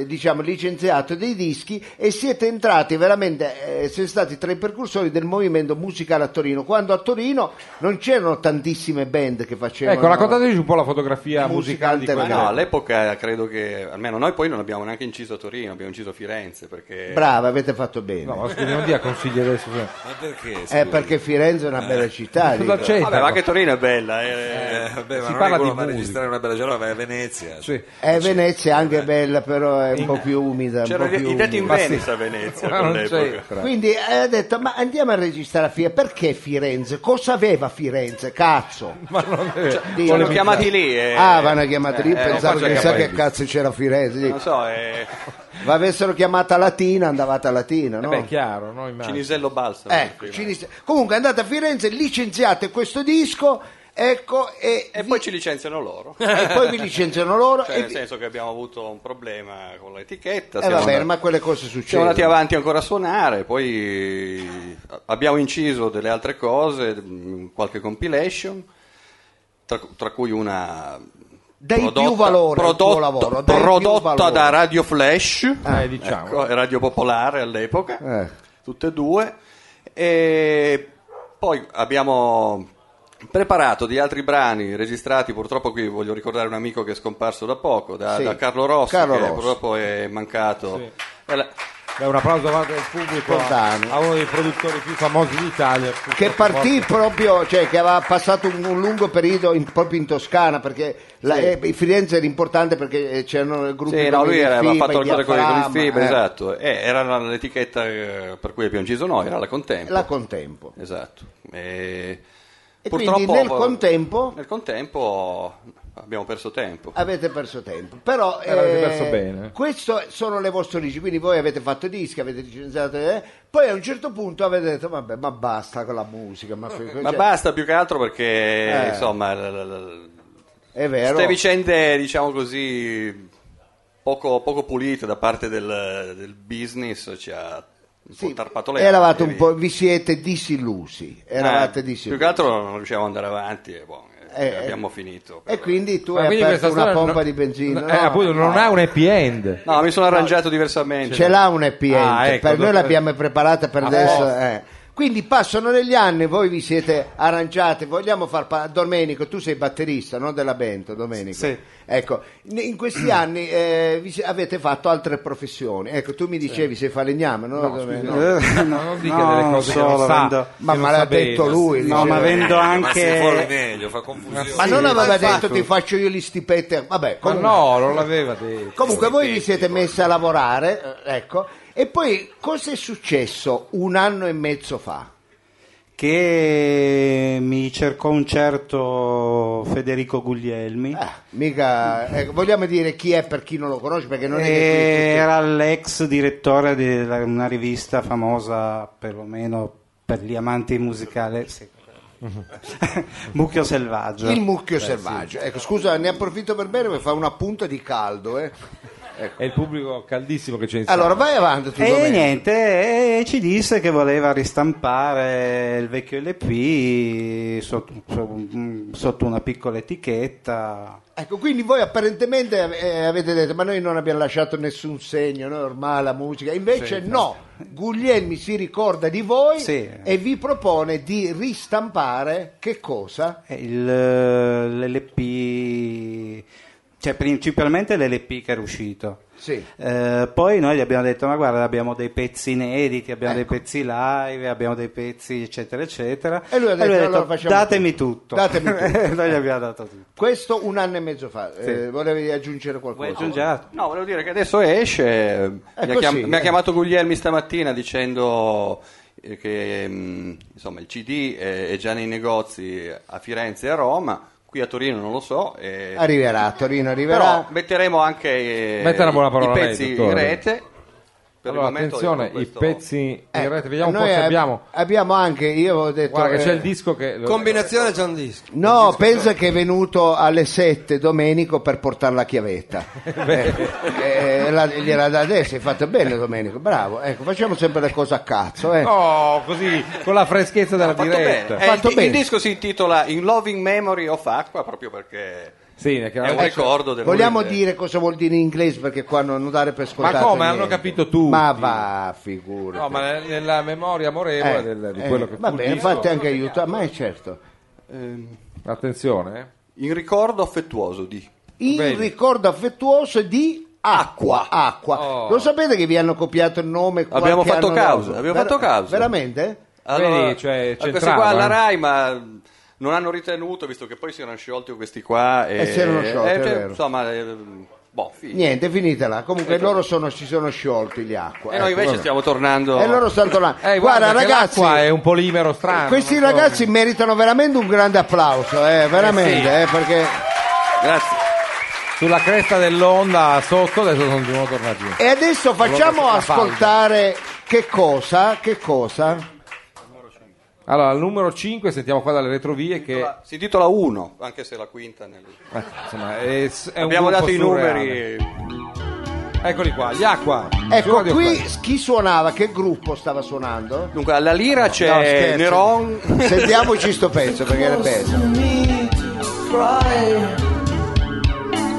eh, diciamo, licenziato dei dischi e siete entrati veramente, eh, siete stati tra i precursori del movimento musicale a Torino, quando a Torino non c'erano tantissime band che facevano.
Ecco, raccontateci un po' la fotografia
Musica
musicale di quella.
Ma no,
Vabbè.
all'epoca credo che, almeno noi poi non abbiamo neanche inciso a Torino, abbiamo inciso a Firenze perché...
Brava, avete fatto bene.
No, ma scusi, non dia consigli adesso. cioè.
Ma perché?
Eh,
scusi?
perché Firenze è una
Eh.
bella città.
Cosa
dico.
c'è?
Vabbè, ma anche Torino è bella. eh.
Eh, vabbè, ma
Si
non
parla
è che uno
di
va a
musica.
registrare una bella giornata, vai a Venezia.
Sì.
Eh, Venezia è anche bella, però è un po' più umida. un
C'erano
po' più
i detti in
umida.
Venice a Venezia
Ma non
all'epoca.
c'entra.
Quindi eh, ha detto, ma andiamo a registrare a Firenze. Perché Firenze? Cosa aveva Firenze? Cazzo!
Ma non è...
Dio.
Sono chiamati lì e...
Ah, vanno chiamati lì,
eh,
pensavo
non faccio
che sa che
capelli.
cazzo c'era a Firenze.
Non
Dico,
so, eh,
Ma avessero chiamata Latina, andavate a Latina, no?
Beh, è chiaro, no? Immagino.
Cinisello Balsamo.
Ecco,
prima.
ci dice- Comunque andate a Firenze, licenziate questo disco Ecco, e,
E
vi-
poi ci licenziano loro.
e poi vi licenziano loro.
Eh Cioè,
e
nel
vi-
senso che abbiamo avuto un problema con l'etichetta.
eh,
siamo
va bene,
andati-
ma quelle cose
Siamo
succedono.
andati avanti ancora a suonare, poi eh, abbiamo inciso delle altre cose, mh, qualche compilation, tra, tra cui una
Dai più valore al tuo
prodotta,
lavoro, dai più
prodotta
valore.
da Radio Flash,
Eh, diciamo.
ecco, e Radio Popolare all'epoca,
Eh.
tutte e due, e poi abbiamo preparato di altri brani registrati, purtroppo qui voglio ricordare un amico che è scomparso da poco, da,
Sì.
da Carlo Rossi,
Carlo
che
Rossi.
purtroppo è mancato. Alla-
Beh, un applauso da parte del pubblico
Spontaneo.
a uno dei produttori più famosi d'Italia.
Che partì proprio, cioè che aveva passato un, un lungo periodo in- proprio in Toscana perché la, eh, Firenze era importante perché eh, c'erano gruppi
Sì, no,
come
lui
il
era, aveva
FIBA,
fatto
il
le cose con il- con il
Diaframma,
FIBA,
eh,
esatto. Eh, era l'etichetta eh, per cui abbiamo inciso noi, era la Contempo.
La contempo.
Esatto. E,
E quindi nel
eh,
contempo-
Nel contempo abbiamo perso tempo.
Avete perso tempo, però
Eh, l'avete perso bene.
queste sono le vostre origini, quindi voi avete fatto dischi, avete licenziato, eh, poi a un certo punto avete detto vabbè ma basta con la musica, ma,
Ma
cioè,
basta più che altro perché,
Eh.
insomma, la- la- la-
è vero,
queste vicende, diciamo così, poco, poco pulite da parte del, del business ci ha un po'
Sì,
tarpato le
eravate
ali,
un po', vi siete disillusi, eravate
Eh, più
disillusi.
che altro non riusciamo ad andare avanti e boh,
Eh, eh,
abbiamo finito.
E quindi tu
Ma
hai
quindi
aperto
questa
una
storia
pompa
non-
di benzina.
Eh,
no?
appunto, non ha un happy end.
No, mi sono arrangiato diversamente.
Ce l'ha un happy end,
Ah, ecco,
per noi
dopo-
l'abbiamo preparata per adesso. eh. Quindi passano degli anni, voi vi siete arrangiati, vogliamo far parlare. Domenico, tu sei batterista, non della Bento, Domenico.
Sì.
Ecco, in in questi anni eh, vi si- avete fatto altre professioni. Ecco, tu mi dicevi sei falegname, no? Domenico?
Eh,
No, *laughs* non dica delle
non
cose che non
solo,
sa,
avendo-
Ma
che
me
non
l'ha
sapeva.
detto lui.
No,
diciamo,
diceva.
ma
eh,
avendo
Ma fuori
anche...
meglio, fa confusione.
Ma non
sì,
aveva
ma
detto
infatti.
ti faccio io gli stipendi, vabbè,
Ma
comunque-
no, non l'aveva detto.
Comunque voi vi siete messi a lavorare, eh, ecco, e poi cosa è successo un anno e mezzo fa?
Che mi cercò un certo Federico Guglielmi.
Ah, mica, eh, vogliamo dire chi è per chi non lo conosce, perché non è che qui tutti-
Eh, Era l'ex direttore di la- una rivista famosa perlomeno per gli amanti musicali. sì. Mucchio selvaggio.
il mucchio selvaggio. Ecco, scusa, ne approfitto per bene per fare una punta di caldo. eh.
Esatto.
È il pubblico caldissimo che c'è in sala.
Allora vai avanti tu,
E
Domenico.
Eh, niente, e ci disse che voleva ristampare Eh, il vecchio LP sotto, so- sotto una piccola etichetta.
Ecco, quindi voi apparentemente eh, avete detto ma noi non abbiamo lasciato nessun segno, noi ormai la musica, invece no, Guglielmi si ricorda di voi
esatto. Sì.
e vi propone di ristampare che cosa?
E il, eh, L'LP, cioè principalmente l'LP che era uscito.
Sì.
Eh, poi noi gli abbiamo detto: Ma guarda, abbiamo dei pezzi inediti, abbiamo
Ecco.
dei pezzi live, abbiamo dei pezzi, eccetera, eccetera.
E lui ha detto, "Allora facciamo
Datemi tutto. *laughs*
tutto." Datemi tutto.
E noi gli abbiamo dato tutto.
Questo un anno e mezzo fa, Eh, volevi aggiungere qualcosa?
Vuoi aggiungere?
No, volevo dire che adesso esce. mi, ha
così,
chiam- mi ha
eh.
chiamato Guglielmi stamattina dicendo eh, che mh, insomma, il CD è, è già nei negozi a Firenze e a Roma, qui a Torino non lo so. e-
Arriverà, Torino arriverà.
Però metteremo anche eh,
Metta una buona
i-
parola a
i
lei,
pezzi in
dottore.
rete. Per il
Allora,
momento
attenzione,
io con questo-
i pezzi in
Eh,
rete, vediamo un po'
noi
se
ab-
abbiamo.
abbiamo anche, io ho detto...
Guarda, che c'è
eh,
il disco che. *laughs* lo-
Combinazione John Disc.
No, pensa che è venuto alle 7 Domenico per portare
*laughs*
la chiavetta. Eh, eh, la- gliela da adesso, hai fatto bene Domenico, bravo. Ecco, facciamo sempre le cose a cazzo. Eh.
No, Oh, così, con la freschezza della
Fatto
diretta.
bene. Eh,
Fatto
il, il
bene.
disco si intitola In Loving Memory of Acqua proprio perché
Sì, è
è un
chiaro.
ricordo del
Ecco, Vogliamo dire cosa vuol dire in inglese perché qua non non dare per scontato
come?
niente.
Hanno capito tutti.
Ma va, figura.
No, ma nella memoria
Eh,
amorevole del- di quello che
va
fu il
bene,
disco.
infatti anche aiuta, ma è certo.
Attenzione, eh.
in ricordo affettuoso di
in
Bene.
ricordo affettuoso di Acqua. Acqua.
Oh.
Lo sapete che vi hanno copiato il nome? qualche
Abbiamo fatto
anno dopo?
causa, abbiamo fatto causa.
Veramente?
Vedi, cioè,
a questi
c'entrava,
qua alla
eh.
Rai, ma non hanno ritenuto, visto che poi si erano sciolti questi qua. E,
Eh, si erano sciolti, è
cioè,
vero.
Insomma, eh, boh, fine.
Niente, finitela.
Ecco.
Comunque loro sono, si sono sciolti gli acqua.
E noi
Ecco,
invece
vabbè.
stiamo tornando.
E loro stanno là.
Eh,
guarda,
che
ragazzi,
l'acqua è un polimero strano.
questi
non so.
ragazzi meritano veramente un grande applauso, eh, veramente, eh, perché...
Grazie.
Sulla cresta dell'onda sotto, adesso sono di nuovo tornati. giù.
E adesso facciamo
Volevo fare una
Mm.
ascoltare che cosa? Che cosa?
Allora, al numero 5 sentiamo qua dalle retrovie che
Si intitola 1, anche se la quinta nel...
eh, insomma, è, è un
Abbiamo
gruppo
dato i
surreale.
numeri.
Eccoli qua, gli acqua. Su
Ecco,
Radio
qui
Aqua.
chi suonava, che gruppo stava suonando?
Dunque, alla lira
No,
c'è
scherzo.
Neron.
Sentiamoci sto pezzo perché era bello.
me to cry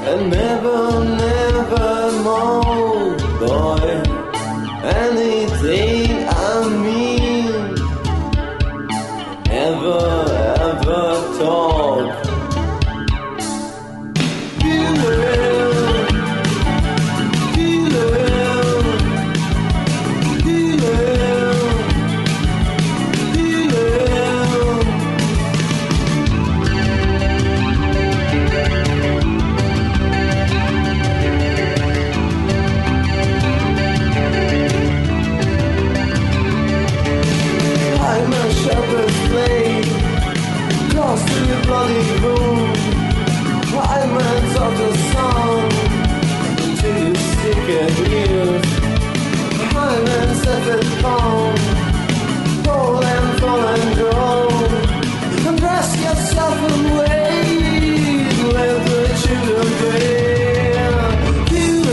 and never, never more, boy. Anything I mean, ever, ever talk. Feel it, feel it, feel it, feel it. I'm a shepherd's play Lost in the bloody room I'm a daughter's song To you sick and healed I'm a seventh pound Fall and fall and grow And dress yourself and wait Let the children play Feel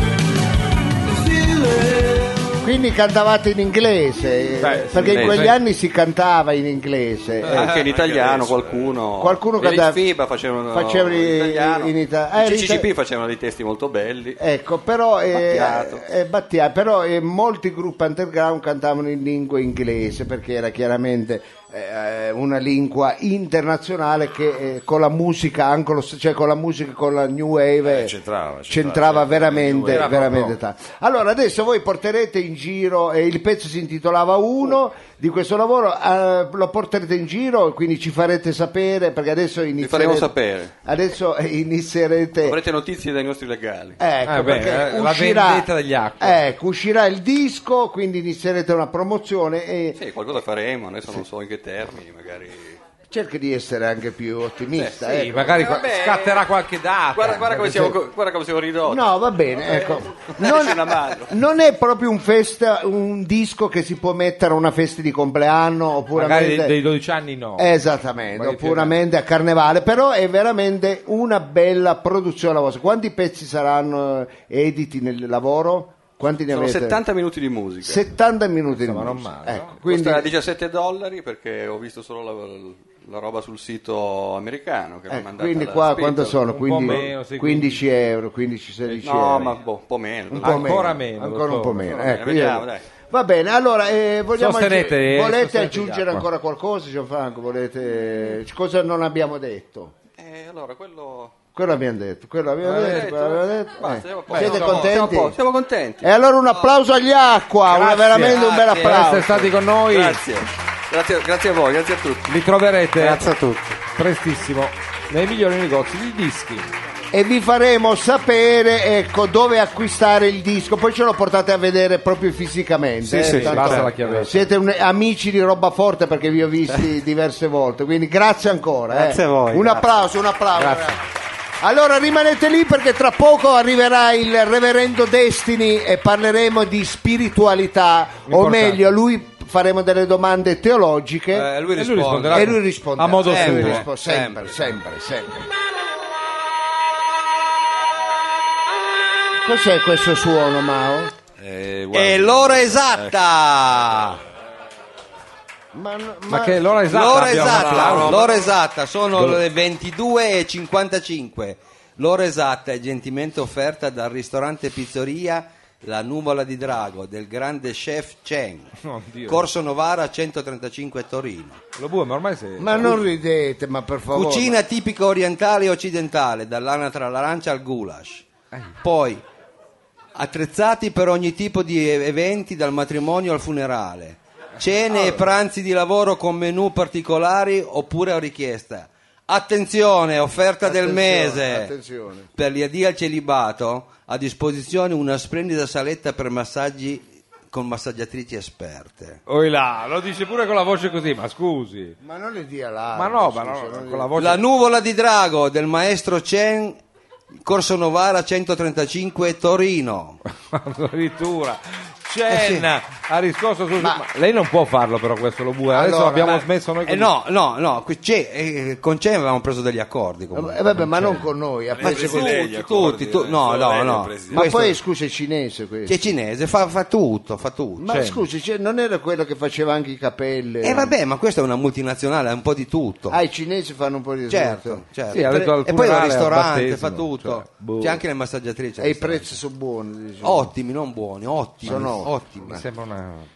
it Feel it
Quindi cantavate in inglese,
Beh,
eh,
sì,
perché
sì,
in quegli
sì.
anni si cantava in inglese. eh.
anche in italiano
adesso,
qualcuno
Qualcuno
che
cantava-
FIBA facevano
facevano
in
in-
italiano
in Ita- eh,
i CCP
l'Ita-
facevano dei testi molto belli
Ecco, però, eh,
Battiato.
eh, Battia- però eh, molti gruppi underground cantavano in lingua inglese perché era chiaramente eh, una lingua internazionale che eh, con la musica, anglo- cioè con la musica, con la new wave,
Eh, c'entrava, c'entrava,
c'entrava
certo.
veramente,
Era
veramente tanto. Allora, adesso voi porterete in giro, eh, il pezzo si intitolava Uno di questo lavoro, eh, lo porterete in giro, quindi ci farete sapere perché adesso inizierete,
faremo sapere.
Adesso eh, inizierete.
avrete notizie dai nostri legali
Ecco,
Eh beh,
perché
eh, la
uscirà,
vendetta degli acqua.
Ecco, uscirà il disco, quindi inizierete una promozione e
sì qualcosa faremo adesso non so in che termini magari
cerchi di essere anche più ottimista.
Eh, Sì,
ecco.
magari qua-
Vabbè.
scatterà qualche data.
Eh, guarda, guarda come
Eh,
siamo, guarda come siamo ridotti
No, va bene,
*laughs*
ecco.
Dateci una mano.
non è proprio un, festa, un disco che si può mettere a una festa di compleanno oppure
Magari dei, dei 12 anni no.
eh,
Esattamente,
Magari
o
più
puramente a carnevale, però è veramente una bella produzione la vostra. Quanti pezzi saranno eh, editi nel lavoro? Quanti ne
sono
avete?
70 minuti di musica
70 minuti di
Insomma, non
musica.
male, no?
Ecco, quindi
costa 17 dollari perché ho visto solo la, la roba sul sito americano che l'ha
Eh,
mandata
quindi
alla
qua
Spinter.
quanto sono?
po'
Quindi
meno, sì,
15 euro, 15-16
no
euro.
ma boh, un po' meno
Un po'
Ancora meno,
ancora un
dottore.
po' meno.
Ancora
ecco,
meno, vediamo,
io-
dai.
Va bene, allora eh, vogliamo
Sostenete,
aggi-
eh,
volete
sostenete
aggiungere
l'acqua.
ancora qualcosa, Gianfranco? Volete... Cosa non abbiamo detto?
Eh, allora quello
Quello abbiamo detto, quello abbiamo
Avete
detto,
detto?
quello abbiamo Eh, detto.
Basta,
Eh,
siamo a posto.
Siete
Siamo a posto,
contenti?
siamo a posto, siamo contenti
E allora un applauso agli acqua, una-
Grazie.
veramente un bel
Grazie.
Per essere
applauso.
stati con noi,
Grazie. grazie, grazie a voi, grazie a tutti.
vi troverete
Grazie a tutti.
prestissimo nei migliori negozi di dischi.
E vi faremo sapere ecco, dove acquistare il disco, poi ce lo portate a vedere proprio fisicamente. eh,
sì,
tanto-
Basta la chiavetta.
Siete un- amici di roba forte perché vi ho visti diverse volte, quindi grazie ancora. eh.
Eh. Grazie a voi,
Un
grazie.
applauso, un applauso. ragazzi. Allora rimanete lì perché tra poco arriverà il reverendo Destini e parleremo di spiritualità, o
Importante.
meglio, a lui faremo delle domande teologiche
Eh, lui
E lui
risponde.
risponderà.
e lui risponde.
A modo
Eh, lui
suo.
risponde sempre, sempre, sempre. Cos'è questo suono, Mao?
Eh, guarda.
È l'ora esatta!
Ma, ma-
Ma che l'ora esatta
l'ora
abbiamo
esatta,
parlato?
l'ora esatta, sono
Dove-
le 22.55. L'ora esatta è gentilmente offerta dal ristorante Pizzeria La Nuvola di Drago del grande chef Chen,
Oh, Dio.
Corso Novara 135 Torino.
Lo bue, ma ormai sei...
ma non ridete, ma per favore.
Cucina tipica orientale e occidentale, dall'anatra all'arancia al goulash. Poi, attrezzati per ogni tipo di e- eventi, dal matrimonio al funerale. Cene e pranzi di lavoro con menù particolari oppure a richiesta. Attenzione, offerta del
Attenzione,
mese.
attenzione.
Per gli addio al celibato, a disposizione una splendida saletta per massaggi con massaggiatrici esperte.
Oi là, lo dice pure con la voce così, ma scusi.
Ma non le dia là.
Ma no, ma
scusa,
no,
non le-
con la voce...
La nuvola di drago del maestro Chen, Corso Novara 135 Torino.
*laughs* addirittura Senna ha riscosso sul... Ma... Lei non può farlo però questo, lo bue. Adesso
Allora,
abbiamo
ma-
smesso noi
Eh,
con...
no, no, no, qui c'è, eh, con Cem avevamo preso degli accordi comunque.
Eh, vabbè, ma non con noi, a
Ma
parte
presi
con-
lei,
tutti,
accordi,
tutti, tu-
eh,
no,
solo
no,
lei li ha
no.
presi.
Ma
questo-
poi scusa, è cinese questo.
C'è cinese, fa, fa tutto, fa tutto.
Ma scusi, cioè, non era quello che faceva anche i capelli?
E Eh, vabbè, ma questa è una multinazionale, è un po' di tutto.
Ah, i cinesi fanno un po' di
certo,
tutto.
certo.
Sì, ha detto al
e poi è un
funerale, al
ristorante,
battesimo,
fa tutto.
cioè, boh.
C'è anche le massaggiatrici.
E i prezzi sono buoni. diciamo.
Ottimi, non buoni, ottimi.
Sono
ottimi.
Mi sembra una...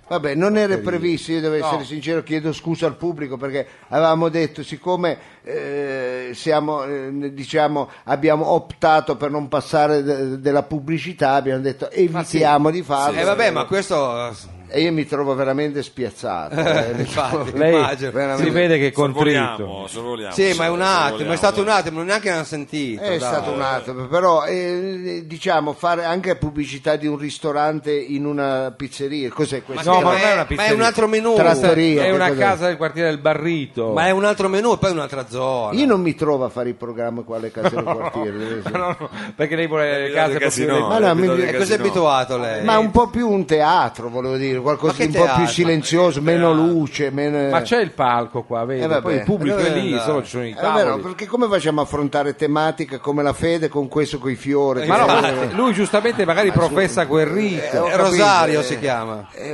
Vabbè, non era previsto, io devo essere sincero, chiedo scusa al pubblico perché avevamo detto, siccome eh, siamo, eh, diciamo, abbiamo optato per non passare de- della pubblicità, abbiamo detto evitiamo di farlo.
E Eh, vabbè, ma questo... eh,
E io mi trovo veramente spiazzato. eh,
Infatti,
Lei
immagino.
veramente.
si vede che è contrito.
Sorvoliamo, sorvoliamo.
Sì, ma è un attimo,
Sorvoliamo.
è stato un attimo, non neanche ne hanno sentito.
È
dai.
stato un attimo, però eh, diciamo fare anche pubblicità di un ristorante in una pizzeria, cos'è questo?
No,
Sì,
ma non
Cioè, ma,
è una
è, ma è
pizzeria.
un altro menù.
Trattoria,
È
che
una
cos'è?
casa del quartiere del Barrito.
Ma è un altro menù e poi è un'altra zona.
Io non mi trovo a fare il programma qua alle case del quartiere.
Ma *laughs* no, no, perché lei vuole le
Capitano
case
del casino.
proprio...
Ma no, mi-
Capitano del
eh,
E cos'è
casino.
abituato lei?
Ma un po' più un teatro, volevo dire, qualcosa
Ma
di
che
un po' più
teatro?
silenzioso, meno luce, meno...
Ma c'è il palco qua, vedi?
Eh, vabbè.
Poi il pubblico
Allora,
è lì,
dai.
solo ci sono i
Eh, vero,
tavoli.
perché come facciamo a affrontare tematiche come la fede con questo coi fiori?
Ma no,
Cioè,
ma lui giustamente magari professa quel
eh,
rito.
ho
Rosario
capito,
si
eh.
chiama.
eh,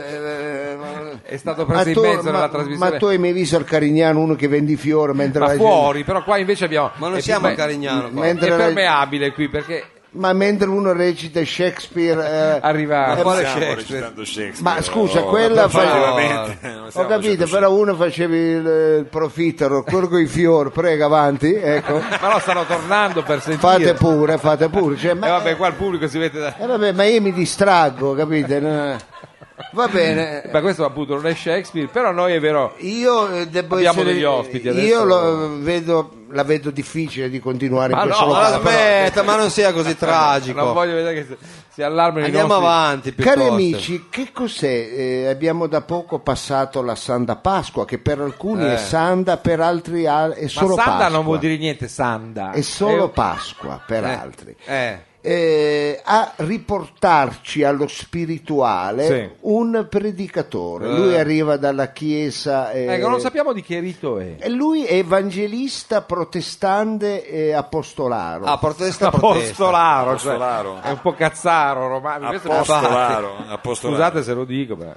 eh, ma-
È stato preso
Ma
in
tu-
mezzo nella
ma-
trasmissione.
Ma tu hai mai visto al Carignano uno che vendi i fiori mentre
Ma
la
fuori, però qua invece abbiamo...
Ma
è
non siamo a
più-
Carignano qua.
mentre-
È permeabile qui perché...
Ma mentre uno recita Shakespeare... eh,
Arriva...
Ma quale
Stiamo
Shakespeare?
recitando Shakespeare.
Ma scusa,
Oh,
quella fa-
veramente, non
Ho
stiamo
capito,
facendo
però uno faceva il, il profittero, quello con i fiori, prego
*laughs*
avanti, ecco.
Ma no, stanno tornando per
Fate
sentire.
pure, fate pure. Cioè, ma,
E Eh, vabbè, qua il pubblico si vede... da-
eh, vabbè, ma io mi distraggo, capite? No. Va bene.
Ma questo appunto non è Shakespeare, però noi è vero...
Io eh, devo
Abbiamo
essere-
degli ospiti adesso.
Io lo vedo, la vedo difficile di continuare
Ma
in questo
Ah, no,
Ma la
locale. Ah, però-
smetta, ma non sia così
Non
tragico.
voglio vedere che si- si allarmano i
Andiamo
nostri...
avanti piuttosto.
Cari amici, che cos'è? Eh, abbiamo da poco passato la Santa Pasqua, che per alcuni è Santa, per altri ha- è
Eh. Ma
solo
Sanda
Pasqua.
non vuol dire niente,
Ah,
Sanda.
È solo
È-
Pasqua per altri.
Eh.
Eh, a riportarci allo spirituale
Sì.
un predicatore.
Eh.
Lui arriva dalla chiesa. eh,
Ecco, non sappiamo di che rito è.
e lui è evangelista protestante e apostolaro.
Ah, protesta, protesta.
Apostolaro,
Apostolaro.
cioè, è un po' cazzaro romano. Questo non fa-
Apostolaro, apostolaro.
Scusate se lo dico, ma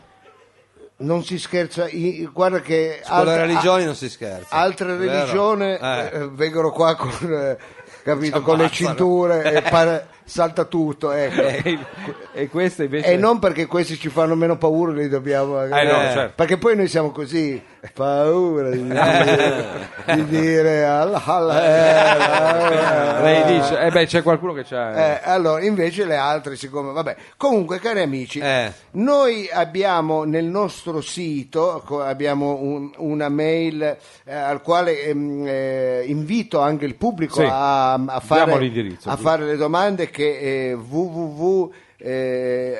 non si scherza, i- guarda che
Con le
altre-
religioni non si scherza.
a- altre
Vero?
religioni
Eh.
eh, vengono qua con, eh, capito, con le cinture
*laughs*
e pare- salta tutto. ecco.
Eh,
*laughs* e, Eh, e questo invece
E non perché questi ci fanno meno paura, li dobbiamo.
Eh, no, certo.
Perché poi noi siamo così, paura di dire, di dire Allah,
Eh,
Allah, Allah.
lei dice, eh beh, c'è qualcuno che c'ha
Eh, allora, invece le altre, siccome vabbè, comunque, cari amici,
Eh.
noi abbiamo nel nostro sito co- abbiamo un- una mail eh, al quale ehm, eh, invito anche il pubblico
Sì.
a, a
Diamo
fare,
l'indirizzo,
a
sì.
fare le domande che è www. eh,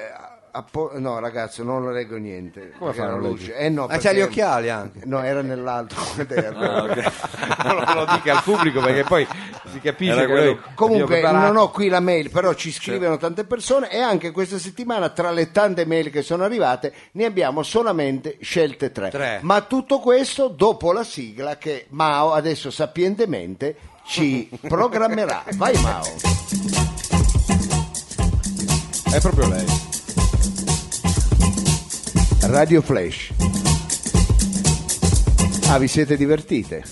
appo- no, ragazzo, non lo leggo niente.
Come
perché
fa a
la
non Ah,
luce- eh, no,
Ma
perché-
c'ha gli occhiali anche.
No, era nell'altro *laughs* quaderno.
*laughs*
*laughs*
non lo dica al pubblico perché poi si capisce
Era
che
quello-
noi
Comunque
abbiamo
non
preparato.
ho qui la mail, però ci scrivono tante persone e anche questa settimana tra le tante mail che sono arrivate ne abbiamo solamente scelte tre.
Tre.
Ma tutto questo dopo la sigla che Mao adesso sapientemente
*laughs*
ci programmerà. Vai Mao.
è proprio lei.
Radio Flash. Ah, vi siete divertite?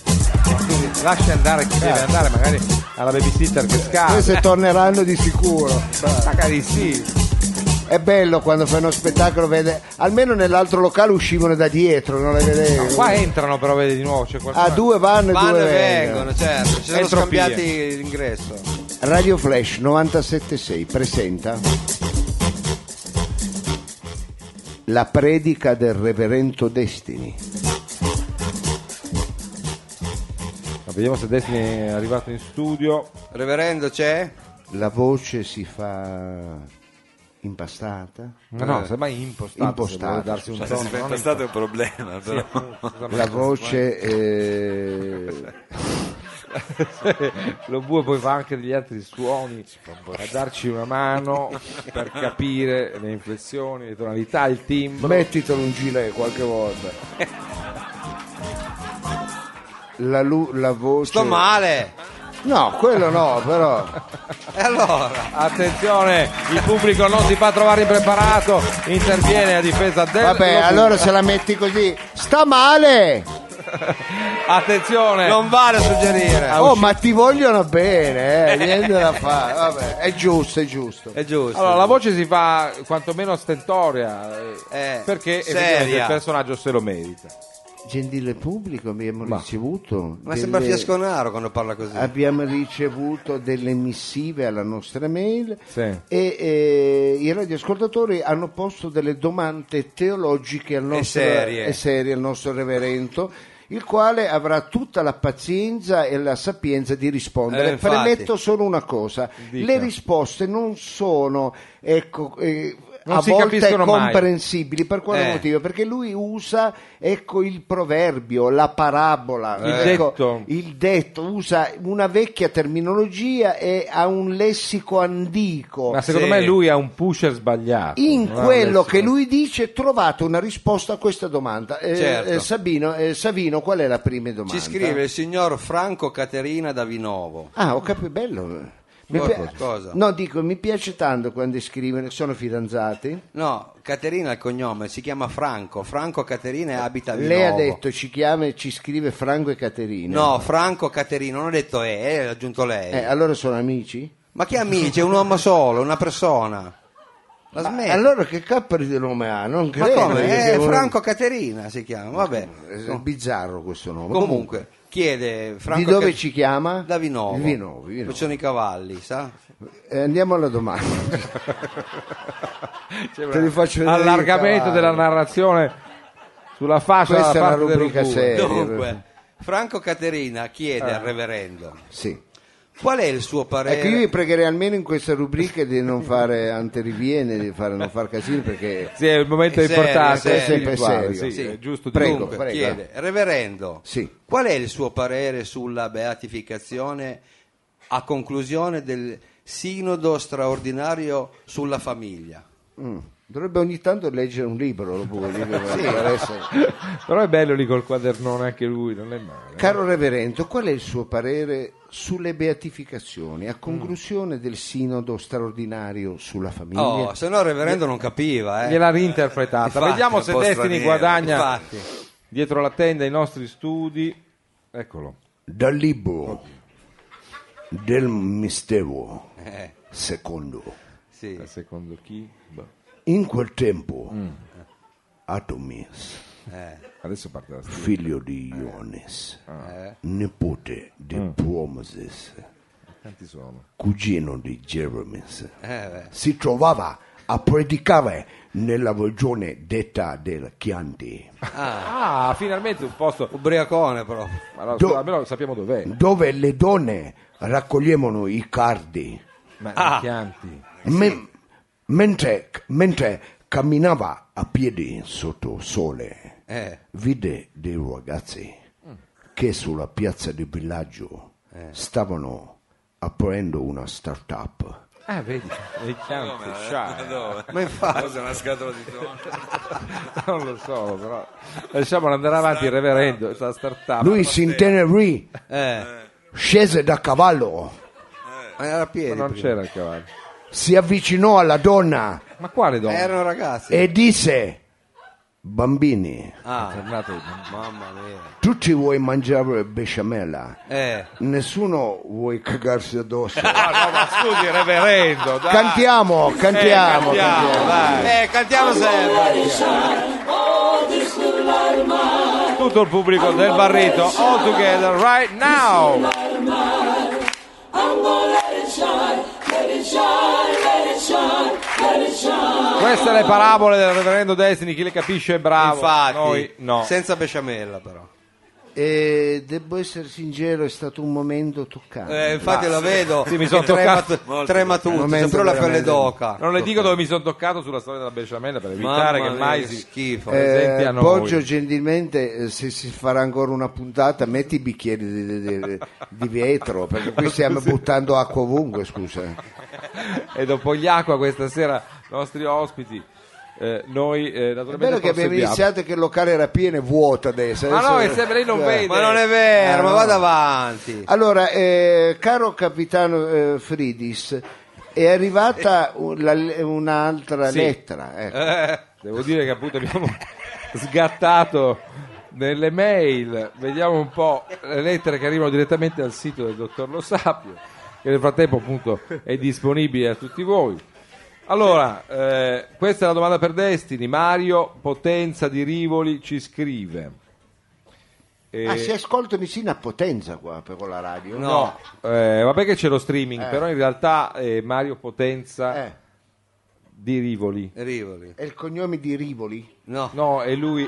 Quindi lascia andare chi deve andare, magari alla babysitter che scappa.
Queste torneranno di sicuro.
Magari sì.
È bello quando fai uno spettacolo, vede... almeno nell'altro locale uscivano da dietro, non le vedevo.
Qua entrano però vedi di nuovo c'è qualcuno.
A Ah, due vanno e
Vanno
due
e
vengono.
vengono, certo. Ci sono
Entropia.
scambiati l'ingresso.
Radio Flash 976 presenta La predica del reverendo Destini.
Ma vediamo se Destiny è arrivato in studio.
Reverendo c'è?
La voce si fa impastata,
No, no, sembra impostato.
Impostata,
se vuole darsi un
cioè,
tono,
Se
non
è stato
*laughs*
un problema, però.
impostata.
la voce eh,
*laughs* Lo bue poi fa anche degli altri suoni a darci una mano per capire le inflessioni, le tonalità, il timbro.
Mettitelo un gilet qualche volta. La, lu- la voce.
Sto male.
No, quello no, però.
E allora?
Attenzione, il pubblico non si fa trovare impreparato, interviene a difesa
Eh,
del
Vabbè,
Lobue.
allora se la metti così. Sta male!
Attenzione,
Non vale a suggerire.
Oh, ma ti vogliono
*laughs*
bene, eh, niente da fare. Vabbè, è giusto, è giusto.
È giusto.
Allora, la voce si fa quantomeno stentorea eh,
Eh,
perché
seria.
evidentemente il personaggio se lo merita.
Gentile pubblico, abbiamo
Ma-
ricevuto.
Ma sembra
delle-
Fiasconaro quando parla così.
Abbiamo ricevuto delle missive alla nostra mail
Sì.
e eh, i radioascoltatori hanno posto delle domande teologiche al nostro,
serie.
e serie al nostro reverendo, il quale avrà tutta la pazienza e la sapienza di rispondere.
Eh, infatti.
Premetto solo una cosa,
Dica.
le risposte non sono... Ecco, eh,
Non
a
si
volte
capiscono mai.
comprensibili per quale
Eh.
motivo? Perché lui usa ecco il proverbio, la parabola,
Il
ecco,
detto.
il detto usa una vecchia terminologia e ha un lessico antico.
Ma secondo
Sì.
me lui ha un pusher sbagliato.
In
non ha
quello
adesso-
che lui dice trovate una risposta a questa domanda. Eh,
Certo.
eh, Sabino, eh, Savino, qual è la prima domanda?
Ci scrive il signor Franco Caterina da Vinovo.
Ah, ho capito, bello. Mi
Cosa?
pia-
Cosa?
No, dico, mi piace tanto quando scrivono, sono fidanzati.
No, Caterina è il cognome, si chiama Franco. Franco Caterina e abita a Vinovo.
Lei ha detto ci chiama e ci scrive Franco e Caterina.
No, Franco Caterina, non ho detto e, eh, ha aggiunto lei.
Eh, allora sono amici?
Ma che amici? È un uomo solo, una persona. La
Ma
smetti.
allora che capri di nome ha? Non
Ma
credo.
come?
che Eh,
Eh,
uno-
Franco Caterina si chiama, vabbè.
È bizzarro questo nome.
Comunque, chiede Franco
di dove
Cat-
ci chiama?
Da Vinovo.
Di Vinovo, di Vinovo.
Dove sono i cavalli, sa?
Eh, andiamo alla
*laughs*
domanda.
Cioè,
Te li faccio vedere
allargamento
i cavalli.
della narrazione sulla fascia
Questa
dalla
è
parte
una
del
rubrica
Lobue.
seria. Eh, Ah.
Dunque, Franco Caterina chiede al reverendo
Sì.
qual è il suo parere.
Ecco, io vi pregherei almeno in questa rubrica di non fare anteriviene, di fare, non far casino perché...
Sì, è il momento
È serio,
importante,
è serio.
spirituale,
È
sì,
serio.
Sì.
è giusto
Prego.
dirlo.
Dunque,
prego.
chiede, reverendo,
Sì.
qual è il suo parere sulla beatificazione a conclusione del sinodo straordinario sulla famiglia?
Mm. Dovrebbe ogni tanto leggere un libro, lo può
*laughs*
dire,
Sì.
per essere-
Però è bello lì col quadernone anche lui, non è male.
Caro Reverendo, qual è il suo parere sulle beatificazioni a conclusione del sinodo straordinario sulla famiglia?
Oh, se no il reverendo non capiva, eh.
Gliel'ha reinterpretata.
Infatti,
Vediamo
un
se
po'
Destiny
straniero.
guadagna
Infatti.
dietro la tenda i nostri studi. Eccolo.
Dal libro del mistero
Eh,
secondo.
sì. eh,
Secondo chi? Boh.
In quel tempo, Atomis,
Adesso parte la storia.
figlio di Iones,
eh.
nipote di Promises,
Tanti sono.
cugino di Jeremis,
Eh, beh.
si trovava a predicare nella regione detta del Chianti,
Ah, finalmente un posto.
Ubriacone proprio.
Ma allora,
Do-
scusa, almeno sappiamo dov'è.
dove le donne raccoglievano i cardi.
Ma
Ah.
i Chianti.
Men- mentre, mentre camminava a piedi sotto sole,
Eh,
vide dei ragazzi che sulla piazza del villaggio
Eh.
stavano aprendo una start-up.
Ah, vedi, i Chianti. scià, eh.
ma infatti,
Cosa una scatola di tonno?
*laughs* Non lo so, però lasciamolo andare avanti il reverendo, sta startup.
Lui si intenerì,
Ah, eh,
scese da cavallo,
ma era a piedi.
Ma non
prima.
c'era il cavallo.
si avvicinò alla donna
Ma quale donna?
Erano ragazzi.
e disse, bambini,
Ah,
Tornato in-
mamma mia.
tutti vuoi mangiare besciamella,
Eh,
nessuno vuoi cagarsi addosso.
*laughs*
Ah, no, ma scusi, reverendo, dai. Eh,
Cantiamo, cantiamo,
cantiamo,
cantiamo.
eh cantiamo sempre.
Tutto il pubblico del barrito, all together right now. Queste le parabole del reverendo Destiny, chi le capisce è bravo.
Infatti,
Noi no.
senza besciamella però.
E Eh, devo essere sincero, è stato un momento toccante.
Eh, infatti lo vedo.
Sì, mi sono
Tre
toccato.
mat- tre matuti, sempre la pelle
veramente-
d'oca.
Ah, Non le dico dove mi sono toccato sulla storia della besciamella per evitare
Mamma
che mai
mia,
si
schifo.
presenti a
Eh,
noi.
Poggio gentilmente eh, se si farà ancora una puntata metti i bicchieri di, di- di- di vetro perché qui
*laughs*
stiamo buttando acqua ovunque scusa
*laughs* e dopo gli acqua questa sera i nostri ospiti eh, noi eh,
è
naturalmente
vero che abbiamo
proseguiamo.
iniziato che il locale era pieno e vuoto adesso
ma no
Adesso-
è sempre lei non
Eh.
vede
Ma non è vero,
Ah,
ma
no.
vada avanti.
Allora, eh, caro capitano eh, Fridis, è arrivata un- la- un'altra
Eh. Sì. *laughs*
lettera. ecco.
Eh, devo dire che appunto abbiamo sgattato nelle mail vediamo un po' le lettere che arrivano direttamente dal sito del dottor Lo Sapio che nel frattempo appunto è disponibile a tutti voi allora eh, questa è la domanda per Destini Mario Potenza di Rivoli ci scrive Eh,
Ah, si ascoltano sino a Potenza qua per con la radio?
No, eh, vabbè che c'è lo streaming,
Eh.
però in realtà eh, Mario Potenza
Eh,
di Rivoli.
Rivoli.
è il cognome di Rivoli? Eh,
No.
No, è lui.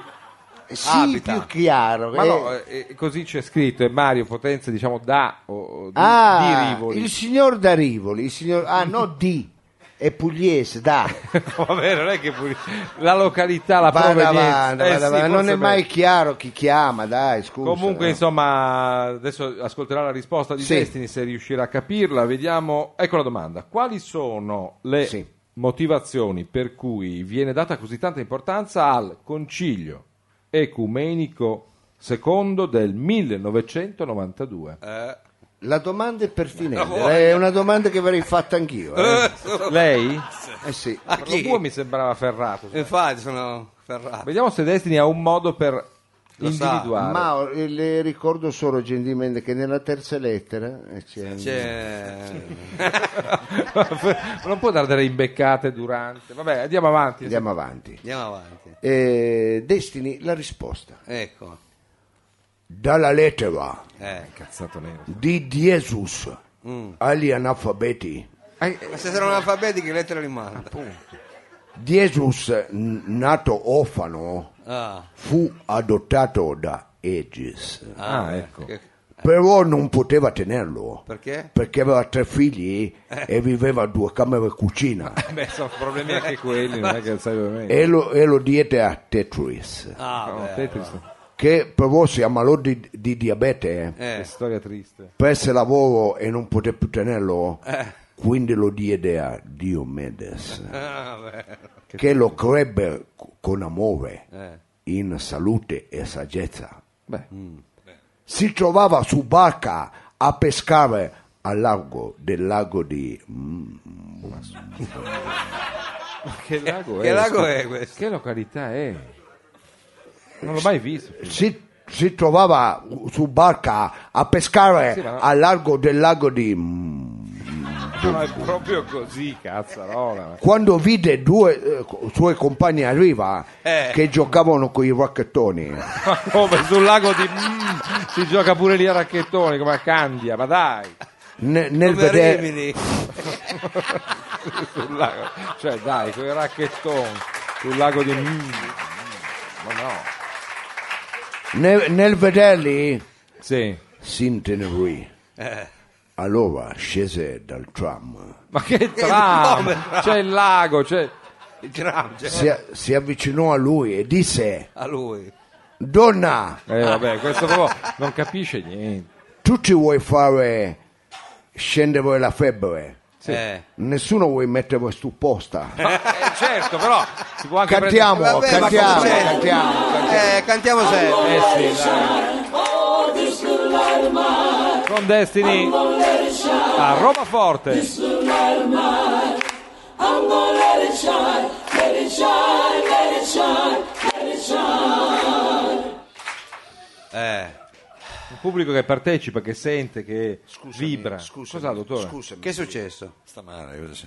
Sì,
Abita.
più chiaro.
Ma
eh.
no, eh, così c'è scritto, è Mario Potenza, diciamo, da o, o di,
ah,
di Rivoli. *laughs*
il signor da Rivoli, il signor... ah no, di, è pugliese, da.
No, vabbè, non è che pure- la località, *laughs* la
Vada
provenienza.
avanti,
Eh
vada
sì,
avanti. non
forse
è mai
beh.
chiaro chi chiama, dai, scusa.
Comunque,
Eh.
insomma, adesso ascolterà la risposta di
Sì.
Destiny se riuscirà a capirla. Vediamo. Ecco la domanda: quali sono le
Sì.
motivazioni per cui viene data così tanta importanza al Concilio Ecumenico II del 1992?
La domanda è pertinente, eh, è una domanda che avrei fatta anch'io.
*laughs*
Eh,
Lei?
Eh sì.
A
Carlo
chi?
Bue mi sembrava ferrato.
Infatti sono ferrato.
Vediamo se Destiny ha un modo per
Lo sa,
individuare.
Ma eh, le ricordo solo gentilmente che nella terza lettera eh, c'è,
C'è...
*laughs* non può dare delle imbeccate durante. Vabbè, andiamo avanti.
andiamo avanti.
Andiamo avanti.
Eh, Destini la risposta.
Ecco.
Dalla lettera
Eh.
Cazzato nero.
di Jesus agli analfabeti,
Ma se sono analfabeti che lettera li manda?
Jesus n- nato orfano
Ah,
fu adottato da Aegis,
Ah, ecco.
che-
però non poteva tenerlo
perché?
perché aveva tre figli e viveva a due camere e cucina.
Beh, sono problemi anche quelli, non è che sai veramente.
e lo, e lo diede a Tetris,
Ah,
No,
beh,
Tetris,
che però si ammalò di, di diabete, eh.
che
eh.
storia triste.
perse lavoro e non poté più tenerlo,
Eh.
quindi lo diede a Diomedes,
*laughs* Ah, beh.
che lo crebbe co- con amore,
Eh.
in salute e saggezza.
Beh.
Si trovava su barca a pescare al largo del lago di... mm,
Che lago è?
Che lago è questo?
Che località è? Non l'ho mai visto.
si, si trovava su barca a pescare
ma no.
al largo del lago di... mm,
No, è proprio così, cazzarola.
quando vide due eh, co- suoi compagni a riva
Eh.
che giocavano con i racchettoni
Ma *laughs* come sul lago di Mm, si gioca pure lì a racchettoni come a Candia, ma dai.
ne- nel
Come
vedere
Rimini.
Sul lago. Cioè, dai, con i racchettoni sul lago di Mm. Ma no.
ne- nel vederli
Sì.
si intenerì
Eh.
allora scese dal tram
Ma che
nome,
tram!
tram?
C'è il lago, c'è
Il tram, cioè,
si, a- si avvicinò a lui e disse
a lui.
donna
Eh vabbè, questo proprio non capisce niente.
tu ci vuoi fare scendere la febbre
Eh.
nessuno vuoi mettere su posta
Eh, certo, però si può anche
cantiamo
prendere-
Vabbè, ma
cantiamo
cos'è?
cantiamo
Ah,
Eh, cantiamo sempre.
Eh sì, dai. Con Destiny Ah, a Roma Forte.
Eh.
Un pubblico che partecipa, che sente, che vibra.
scusa
Cos'ha, dottore?
scusami
Che è successo?
Sta male, cosa c'è?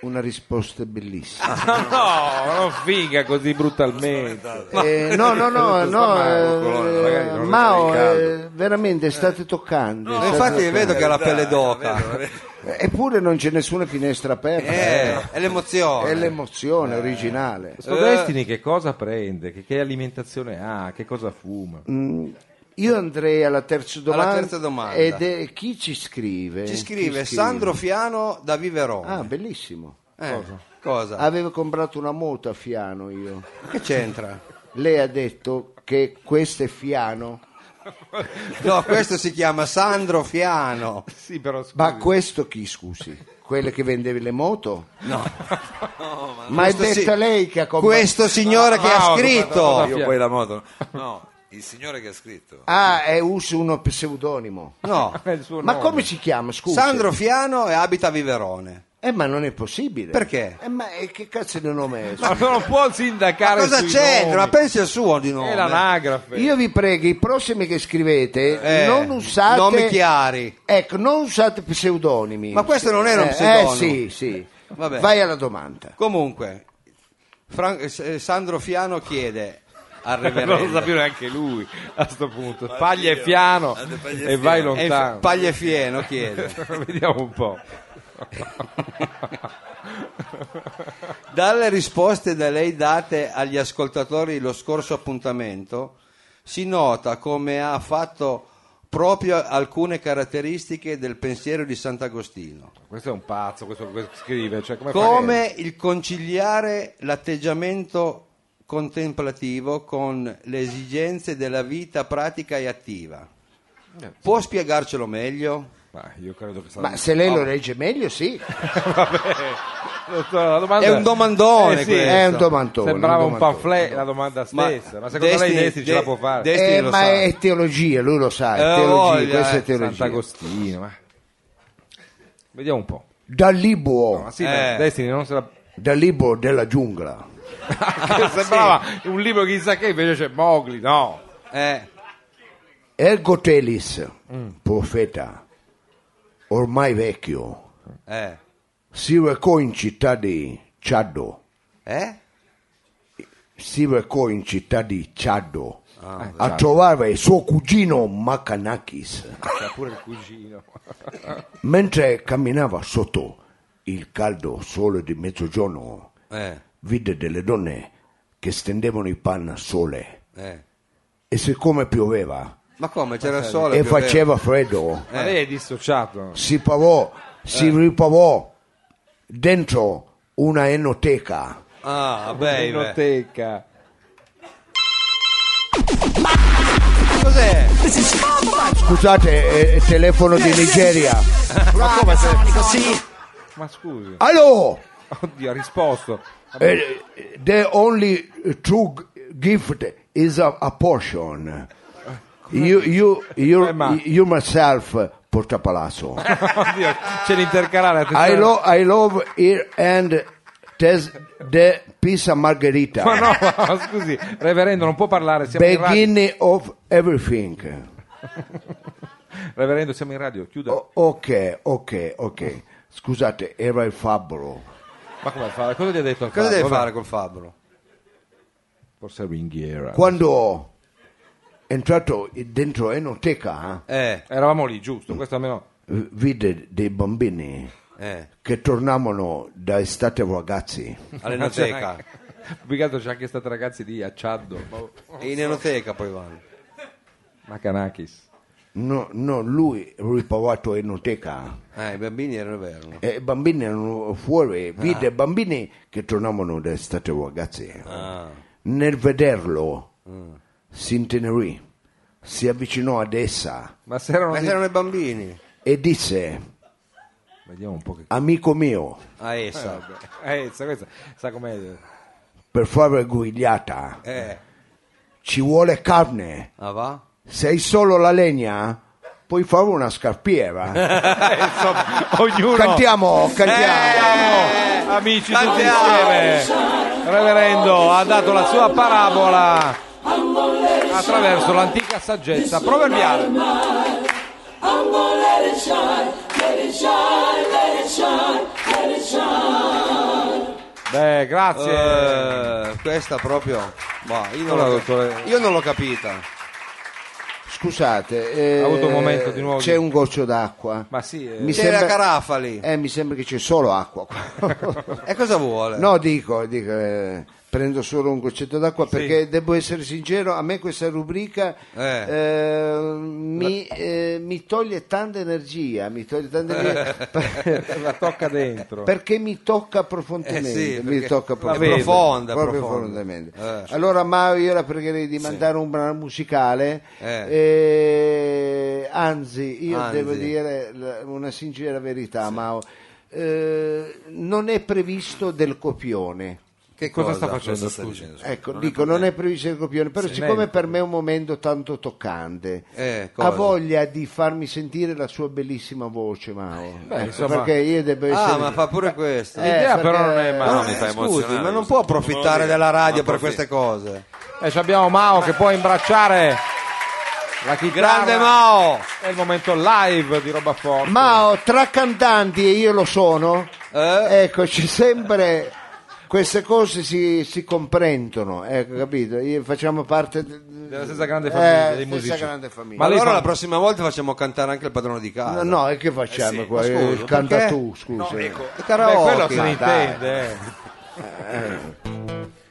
Una risposta bellissima.
Ah, no, non finga così brutalmente.
Eh, no, no,
*laughs*
no,
Tutto
no,
sta male,
eh,
magari non lo
Mao,
trovi caldo.
eh, veramente state toccando.
Eh,
state
Infatti
toccando.
vedo che ha la pelle d'oca.
Eppure non c'è nessuna finestra aperta.
Eh, è l'emozione.
È l'emozione originale.
Questo Destiny che cosa prende? Che, che alimentazione ha? Che cosa fuma?
Mm. Io andrei alla terza
Alla
domanda.
terza domanda.
Ed è chi ci scrive?
Eh,
Ci
Chi
scrive Sandro Fiano da Viverone.
Ah, bellissimo.
Eh, cosa? cosa?
Ah,
Avevo comprato una moto a Fiano io.
Che c'entra?
Lei ha detto che questo è Fiano,
No, questo si chiama Sandro Fiano.
Sì, però scusi.
ma questo chi scusi? Quelle che vendevi le moto? No. *laughs* ma è
Questo
detta
sì.
lei che ha comprato.
Questo signore che ha
Mauro,
No,
scritto.
io poi la moto.
*laughs*
No, il signore che ha scritto.
Ah, è uso uno pseudonimo.
No,
È il suo
Ma
nome.
come si chiama? Scusa.
Sandro Fiano e abita a Viverone.
Eh, ma non è possibile.
Perché?
Eh, ma eh, che cazzo di nome è?
Ma non può
Ma
sindacare
cosa
sui
c'entra? Ma
nomi.
pensi al suo di
È
nome.
l'anagrafe.
Io vi prego, i prossimi che scrivete
Eh,
non usate
Nomi chiari.
Ecco, non usate pseudonimi.
Ma questo non era un
Eh,
pseudonimo.
Eh, sì, sì.
Vabbè.
Vai alla domanda.
Comunque, Fran- eh, Sandro Fiano chiede al
non lo sa
reverendo.
più neanche lui a sto punto. Paglia e fiano e vai
E
lontano.
Paglia Fieno chiede.
*laughs*
Vediamo un po'.
Dalle risposte da lei date agli ascoltatori lo scorso appuntamento si nota come ha fatto proprio alcune caratteristiche del pensiero di Sant'Agostino,
*laughs* Questo è un pazzo, questo, questo scrive. Cioè, come, fa-
come il conciliare l'atteggiamento contemplativo con le esigenze della vita pratica e attiva. Può spiegarcelo meglio?
Ma io credo che sarà...
Ma se lei lo legge meglio, sì.
La domanda-
È un domandone
Eh sì,
questo.
È un domandone.
Sembrava
un
un
domandone.
pamphlet la domanda stessa. Ma, secondo lei
Destiny-
Desti ce la può
De-
fare?
Destiny-
Eh,
lo
ma
sa.
è teologia, lui lo sa, è
Eh,
teologia,
voglia,
questa
eh,
è teologia.
Sant'Agostino, ma... Vediamo un po'.
Da Libo,
Ma sì,
Eh.
ma Destiny non *laughs* se la...
da Libo della giungla.
Ah, sembrava un libro chissà che invece c'è Mowgli, no.
Eh,
Ergo Telis,
Mm.
profeta, ormai vecchio,
eh,
si recò in città di Ciaddo.
eh?
si recò in città di Ciaddo
Ah,
a trovare suo cugino Macanakis.
C'ha pure il cugino.
Mentre camminava sotto il caldo sole di mezzogiorno,
Eh,
vide delle donne che stendevano i pan al sole
eh.
e siccome pioveva
Ma come c'era il sole?
e
cioè,
pioveva.
faceva freddo,
Ma lei è dissociato.
si pavò, si
Eh.
ripavò dentro una enoteca.
Ah, vabbè, beh.
Enoteca.
Cos'è?
Scusate, è il telefono di Nigeria.
Ma scusi. *laughs*
Allora!
Oddio, ha *laughs* risposto.
Eh, the only true gift is a, a portion. You, you, you,
Come mai?
you myself, eh, Porta
*laughs*
Palazzo.
Oddio, c'è l'intercalare.
I,
attenzione.
lo, I love it and there's the pizza margherita.
Ma no, ma scusi, reverendo, non può parlare. Siamo in radio.
Beginning of everything.
Reverendo, siamo in radio. Chiuda.
O- ok, ok, ok. Scusate, era il fabbro.
Ma come fare? Cosa gli ha detto? al
Cosa
Fabio?
devi
Vabbè,
fare col fabbro?
Forse ringhiera.
Quando è entrato dentro Enoteca,
Eh,
Eravamo lì, giusto? Questo almeno.
eh, vide dei bambini
eh,
che tornavano da estate ragazzi.
Eh, all'enoteca.
*laughs* Più che altro c'è anche stata ragazzi lì a Ciaddo.
E in enoteca poi vanno.
Macanakis.
No, no, lui ripavato enoteca.
Eh, i bambini erano vero.
E i bambini erano fuori, vide bambini che tornavano da estate ragazzi. Nel vederlo si intenerì, si avvicinò ad essa
Ma se erano.
Ma
di-
erano i bambini.
e disse,
Vediamo un po'
Eh,
che.
amico mio,
A Ah, essa.
Eh, sa, questa, sa com'è.
per fare grigliata
Eh,
ci vuole carne,
ah va?
se hai solo la legna puoi fare una scarpiera.
Eh, insomma, *laughs* ognuno.
Cantiamo,
Eh.
cantiamo.
Cantiamo, amici tutti
Cantiamo.
insieme. Reverendo ha dato la sua parabola attraverso l'antica saggezza proverbiale.
I'm gonna let it shine.
Beh, grazie.
Eh, questa proprio. Boh, io, non
Allora,
l'ho-
dottore-
io non l'ho capita.
Scusate, eh,
Ha avuto un momento di nuovo di-
C'è un goccio d'acqua.
Ma sì, eh,
Mi
C'è la caraffa lì.
Eh, mi sembra che c'è solo acqua
*laughs*
qua.
E cosa vuole?
no, dico, dico, eh, prendo solo un goccetto d'acqua perché devo essere sincero, a me questa rubrica
Eh.
eh, mi, eh, mi toglie tanta energia, mi toglie tanta
*laughs*
energia *laughs*
la tocca dentro.
perché mi tocca profondamente,
Eh sì,
mi
perché
tocca
è
profondamente.
profonda,
proprio
profonda.
profondamente.
Eh.
Allora Mauro io la pregherei di mandare un brano musicale,
Eh.
eh, anzi io
Anzi.
devo dire la- una sincera verità Mao, eh, non è previsto del copione.
Che
Cosa
cosa,
sta facendo?
Cosa sta
scusi?
dicendo?
Ecco, dico, non è previsto il copione, però
Sì,
siccome
meglio.
per me è un momento tanto toccante,
Eh, cosa?
ha voglia di farmi sentire la sua bellissima voce, Mao. Ecco,
insomma-
perché io devo essere...
Ah, ma fa pure questo. Ah,
Eh,
L'idea però non è
perché-
male.
No, mi fa
Scusi,
emozionare
ma non
questo.
può approfittare della radio
Non
per
approfitta.
queste cose.
E ci abbiamo Mao che può imbracciare la chitarra.
Grande Mao!
È il momento live di roba forte.
Mao, tra cantanti, e io lo sono,
Eh?
ecco, c'è sempre... Queste cose si, si comprendono, ecco, capito? Io- facciamo parte de-
Della stessa grande famiglia
eh,
dei
stessa
musicisti.
grande famiglia.
Ma
Ma lei
allora
fa-
la prossima volta facciamo cantare anche il padrone di casa.
No, no, e che facciamo qua?
ma
Eh,
scusa,
Canta
perché?
tu, scusa.
E
Beh, quello
karaoke.
se ne
Ma dai.
intende. eh.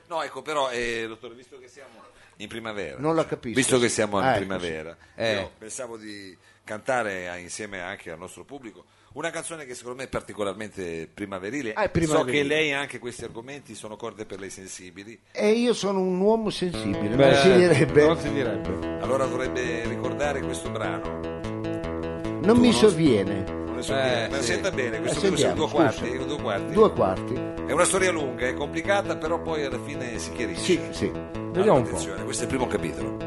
No, ecco, però, eh, dottore, visto che siamo in primavera,
Non la capisco.
Visto che siamo in
Ah, ecco,
primavera,
Eh.
io pensavo di cantare a- insieme anche al nostro pubblico una canzone che secondo me è particolarmente primaverile.
Ah, è
So
primaverile.
che lei anche questi argomenti sono corde per lei sensibili,
E io sono un uomo sensibile,
Beh, certo.
non si direbbe.
Non si direbbe.
allora vorrebbe ricordare questo brano.
Non mi sovviene.
Non ne so
Eh,
dire, ma
sì.
senta bene, questo
Eh,
qui sono due
sentiamo,
quarti, ecco,
scusa.
due quarti.
Due quarti.
È una storia lunga, è complicata, però poi alla fine si chiarisce.
Sì, sì.
Vediamo un po'.
attenzione, questo è il primo capitolo.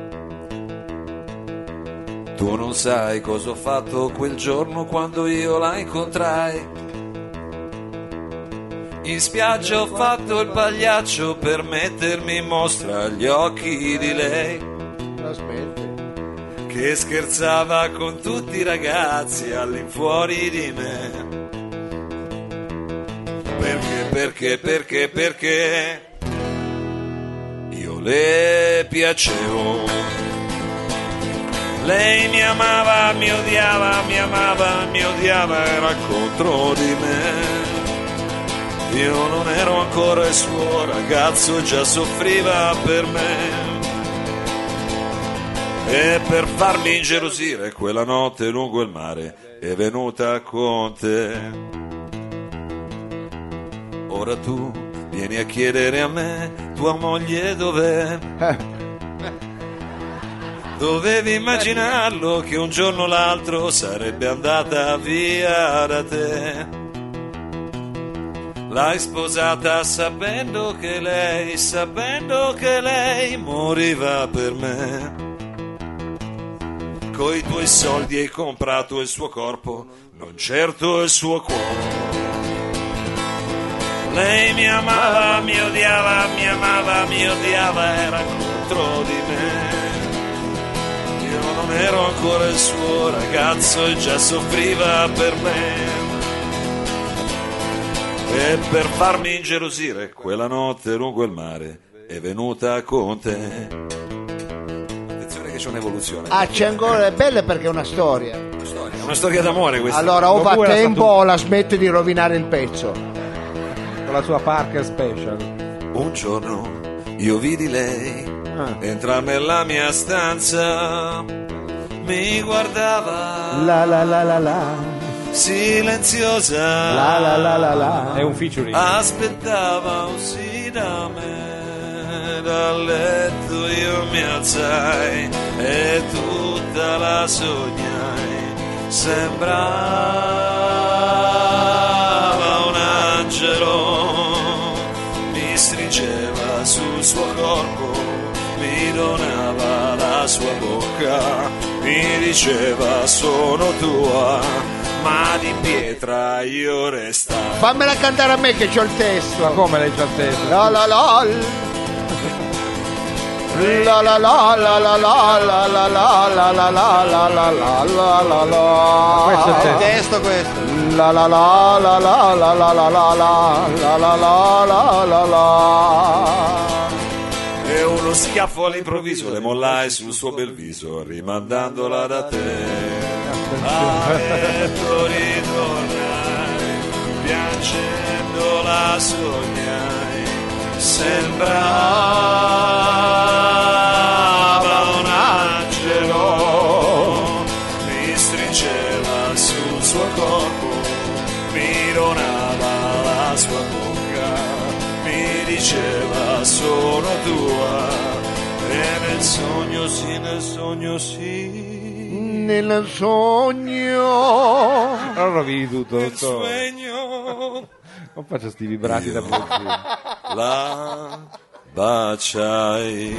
Tu non sai cosa ho fatto quel giorno quando io la incontrai. In spiaggia ho fatto il pagliaccio per mettermi in mostra agli occhi di lei
Aspetta.
che scherzava con tutti i ragazzi all'infuori di me. Perché, perché, perché, perché io le piacevo. Lei mi amava, mi odiava, mi amava, mi odiava, era contro di me. Io non ero ancora il suo ragazzo, già soffriva per me. E per farmi ingelosire quella notte lungo il mare è venuta con te. Ora tu vieni a chiedere a me tua moglie dov'è. Dovevi immaginarlo che un giorno o l'altro sarebbe andata via da te. L'hai sposata sapendo che lei, sapendo che lei moriva per me. Coi tuoi soldi hai comprato il suo corpo, non certo il suo cuore. Lei mi amava, mi odiava, mi amava, mi odiava, era contro di me. Io non ero ancora il suo ragazzo e già soffriva per me. E per farmi ingelosire quella notte lungo il mare è venuta con te. Attenzione che c'è un'evoluzione.
Ah, c'è ancora, è bella perché è una storia.
È una storia d'amore questa.
Allora o fa
Dopo era
tempo
stato-
o la smette di rovinare il pezzo.
Con la sua Parker Special.
Un giorno io vidi lei entrare nella mia stanza. Mi guardava
La la la la la,
silenziosa.
la la la la la.
È un featuring.
Aspettava un sì da me. Dal letto io mi alzai e tutta la sognai. Sembrava un angelo. Mi stringeva sul suo corpo, mi donava la sua bocca, mi diceva sono tua, ma di pietra io restavo.
Fammela cantare a me che c'ho il
Ma
testo.
come lei già detto?
La la la. La la la la la la la la la la la la la la la la la.
Questo è il testo questo.
La la la la la la la la la la la la la la la la.
E uno schiaffo all'improvviso le mollai sul suo bel viso, rimandandola da te. A letto ritornai, piangendola sognai, sembrava un angelo, mi stringeva sul suo corpo, mi donava la sua bocca, mi diceva sono tua, e nel sogno sì, nel sogno sì.
Nel sogno.
Allora rovini tutto,
Nel
tutto.
sueño
Non faccio sti vibrati da polizia.
la baciai.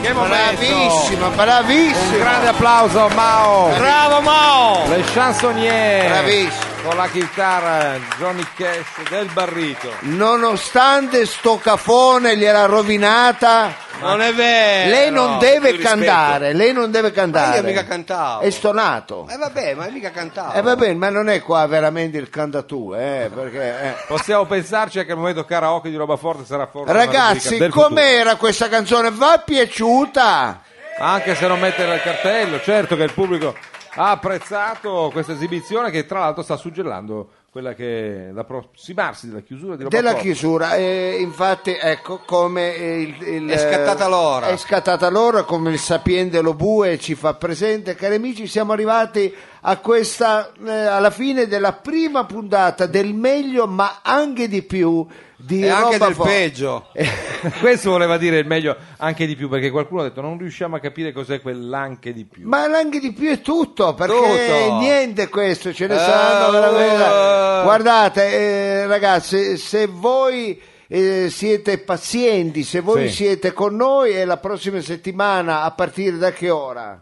che
Bravissimo, bravissimo.
Un grande applauso a Mao.
Bravo Mao.
Le chansonniere.
Bravissimo.
Con la chitarra Johnny Cash del Barrito.
Nonostante sto cafone gliela rovinata,
Non è vero.
lei non
più
deve
rispetto.
cantare, lei non deve
Ma
cantare.
io mica cantavo.
È stonato.
Eh vabbè, ma mica cantavo.
Eh va bene, ma non è qua veramente il canta tu, eh, perché... eh.
Possiamo pensarci che al momento karaoke di roba forte sarà forte. una replica
Ragazzi,
del futuro.
com'era questa canzone? Vi è piaciuta?
Anche se non mettere il cartello, certo che il pubblico ha apprezzato questa esibizione che tra l'altro sta suggellando quella che è l'approssimarsi della chiusura di roba
Della
forte.
chiusura, eh, infatti, ecco come il, il-
È scattata l'ora.
È scattata l'ora, come il sapiente lo bue ci fa presente, cari amici, siamo arrivati a questa, eh, alla fine della prima puntata del meglio, ma anche di più di
E anche
Roba
del
Forte.
peggio.
*laughs*
*laughs*
Questo voleva dire il meglio anche di più, perché qualcuno ha detto non riusciamo a capire cos'è quell'anche di più.
Ma anche di più è tutto, perché
Tutto.
niente questo, ce ne
Eh,
saranno veramente.
eh.
Guardate, eh, ragazzi, se voi eh, siete pazienti, se voi
Sì.
siete con noi, è la prossima settimana a partire da che ora?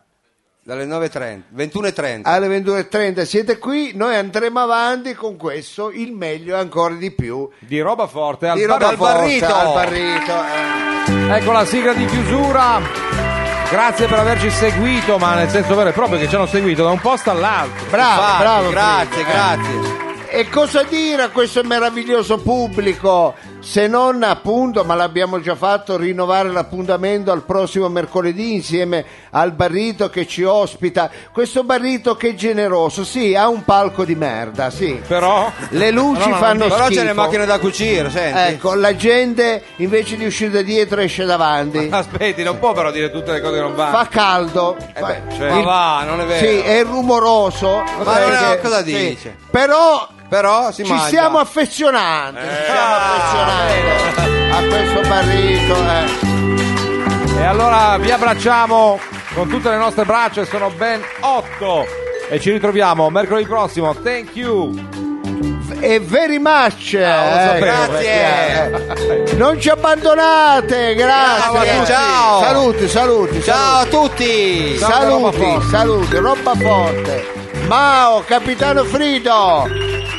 Dalle 9.30, 21.30.
Alle 22.30 siete qui, noi andremo avanti con questo, il meglio e ancora di più.
Di roba forte al
Di roba
Barrito.
Bar- al
forte,
Barrito.
al Barrito, eh.
Ecco la sigla di chiusura. Grazie per averci seguito, ma nel senso vero e proprio che ci hanno seguito da un posto all'altro.
Bravo,
Infatti,
bravo.
grazie, grazie.
E cosa dire a questo meraviglioso pubblico se non appunto, ma l'abbiamo già fatto, rinnovare l'appuntamento al prossimo mercoledì insieme al barrito che ci ospita. Questo barrito che è generoso, sì, ha un palco di merda, sì.
Però *laughs*
Le luci
No, no,
fanno
Però c'è le
schifo.
macchine da cucire, senti.
Ecco, la gente invece di uscire da dietro esce davanti.
Ah,
aspetti, non può però dire tutte le cose che non vanno.
Fa caldo. fa-
beh, cioè-
Ma
il-
Eh va, non è vero.
Sì, è rumoroso.
Ma non è-
perché-
cosa
sì.
dice?
Però
Però si
ci
mangia.
stiamo affezionando, ci stiamo affezionando a questo barrito. eh.
E allora vi abbracciamo con tutte le nostre braccia, sono ben otto. E ci ritroviamo mercoledì prossimo. Thank you.
E very much! eh,
sapevo,
grazie. Non ci abbandonate, grazie!
Ciao a tutti. Ciao.
Saluti, saluti!
Ciao a tutti.
Saluti, saluti, saluti, roba forte! Mao, capitano Frido!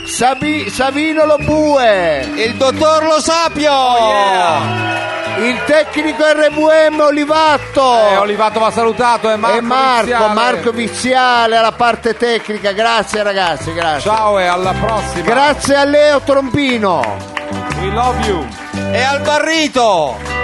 Sabi- Savino Lobue!
Il dottor Lo Sapio.
Oh,
Il tecnico RVM Olivatto!
E Olivato va salutato e Eh, Marco.
e Marco,
Viziale.
Marco Viziale alla parte tecnica, grazie ragazzi, grazie.
Ciao e alla prossima.
Grazie a Leo Trompino.
We love you.
E al barrito.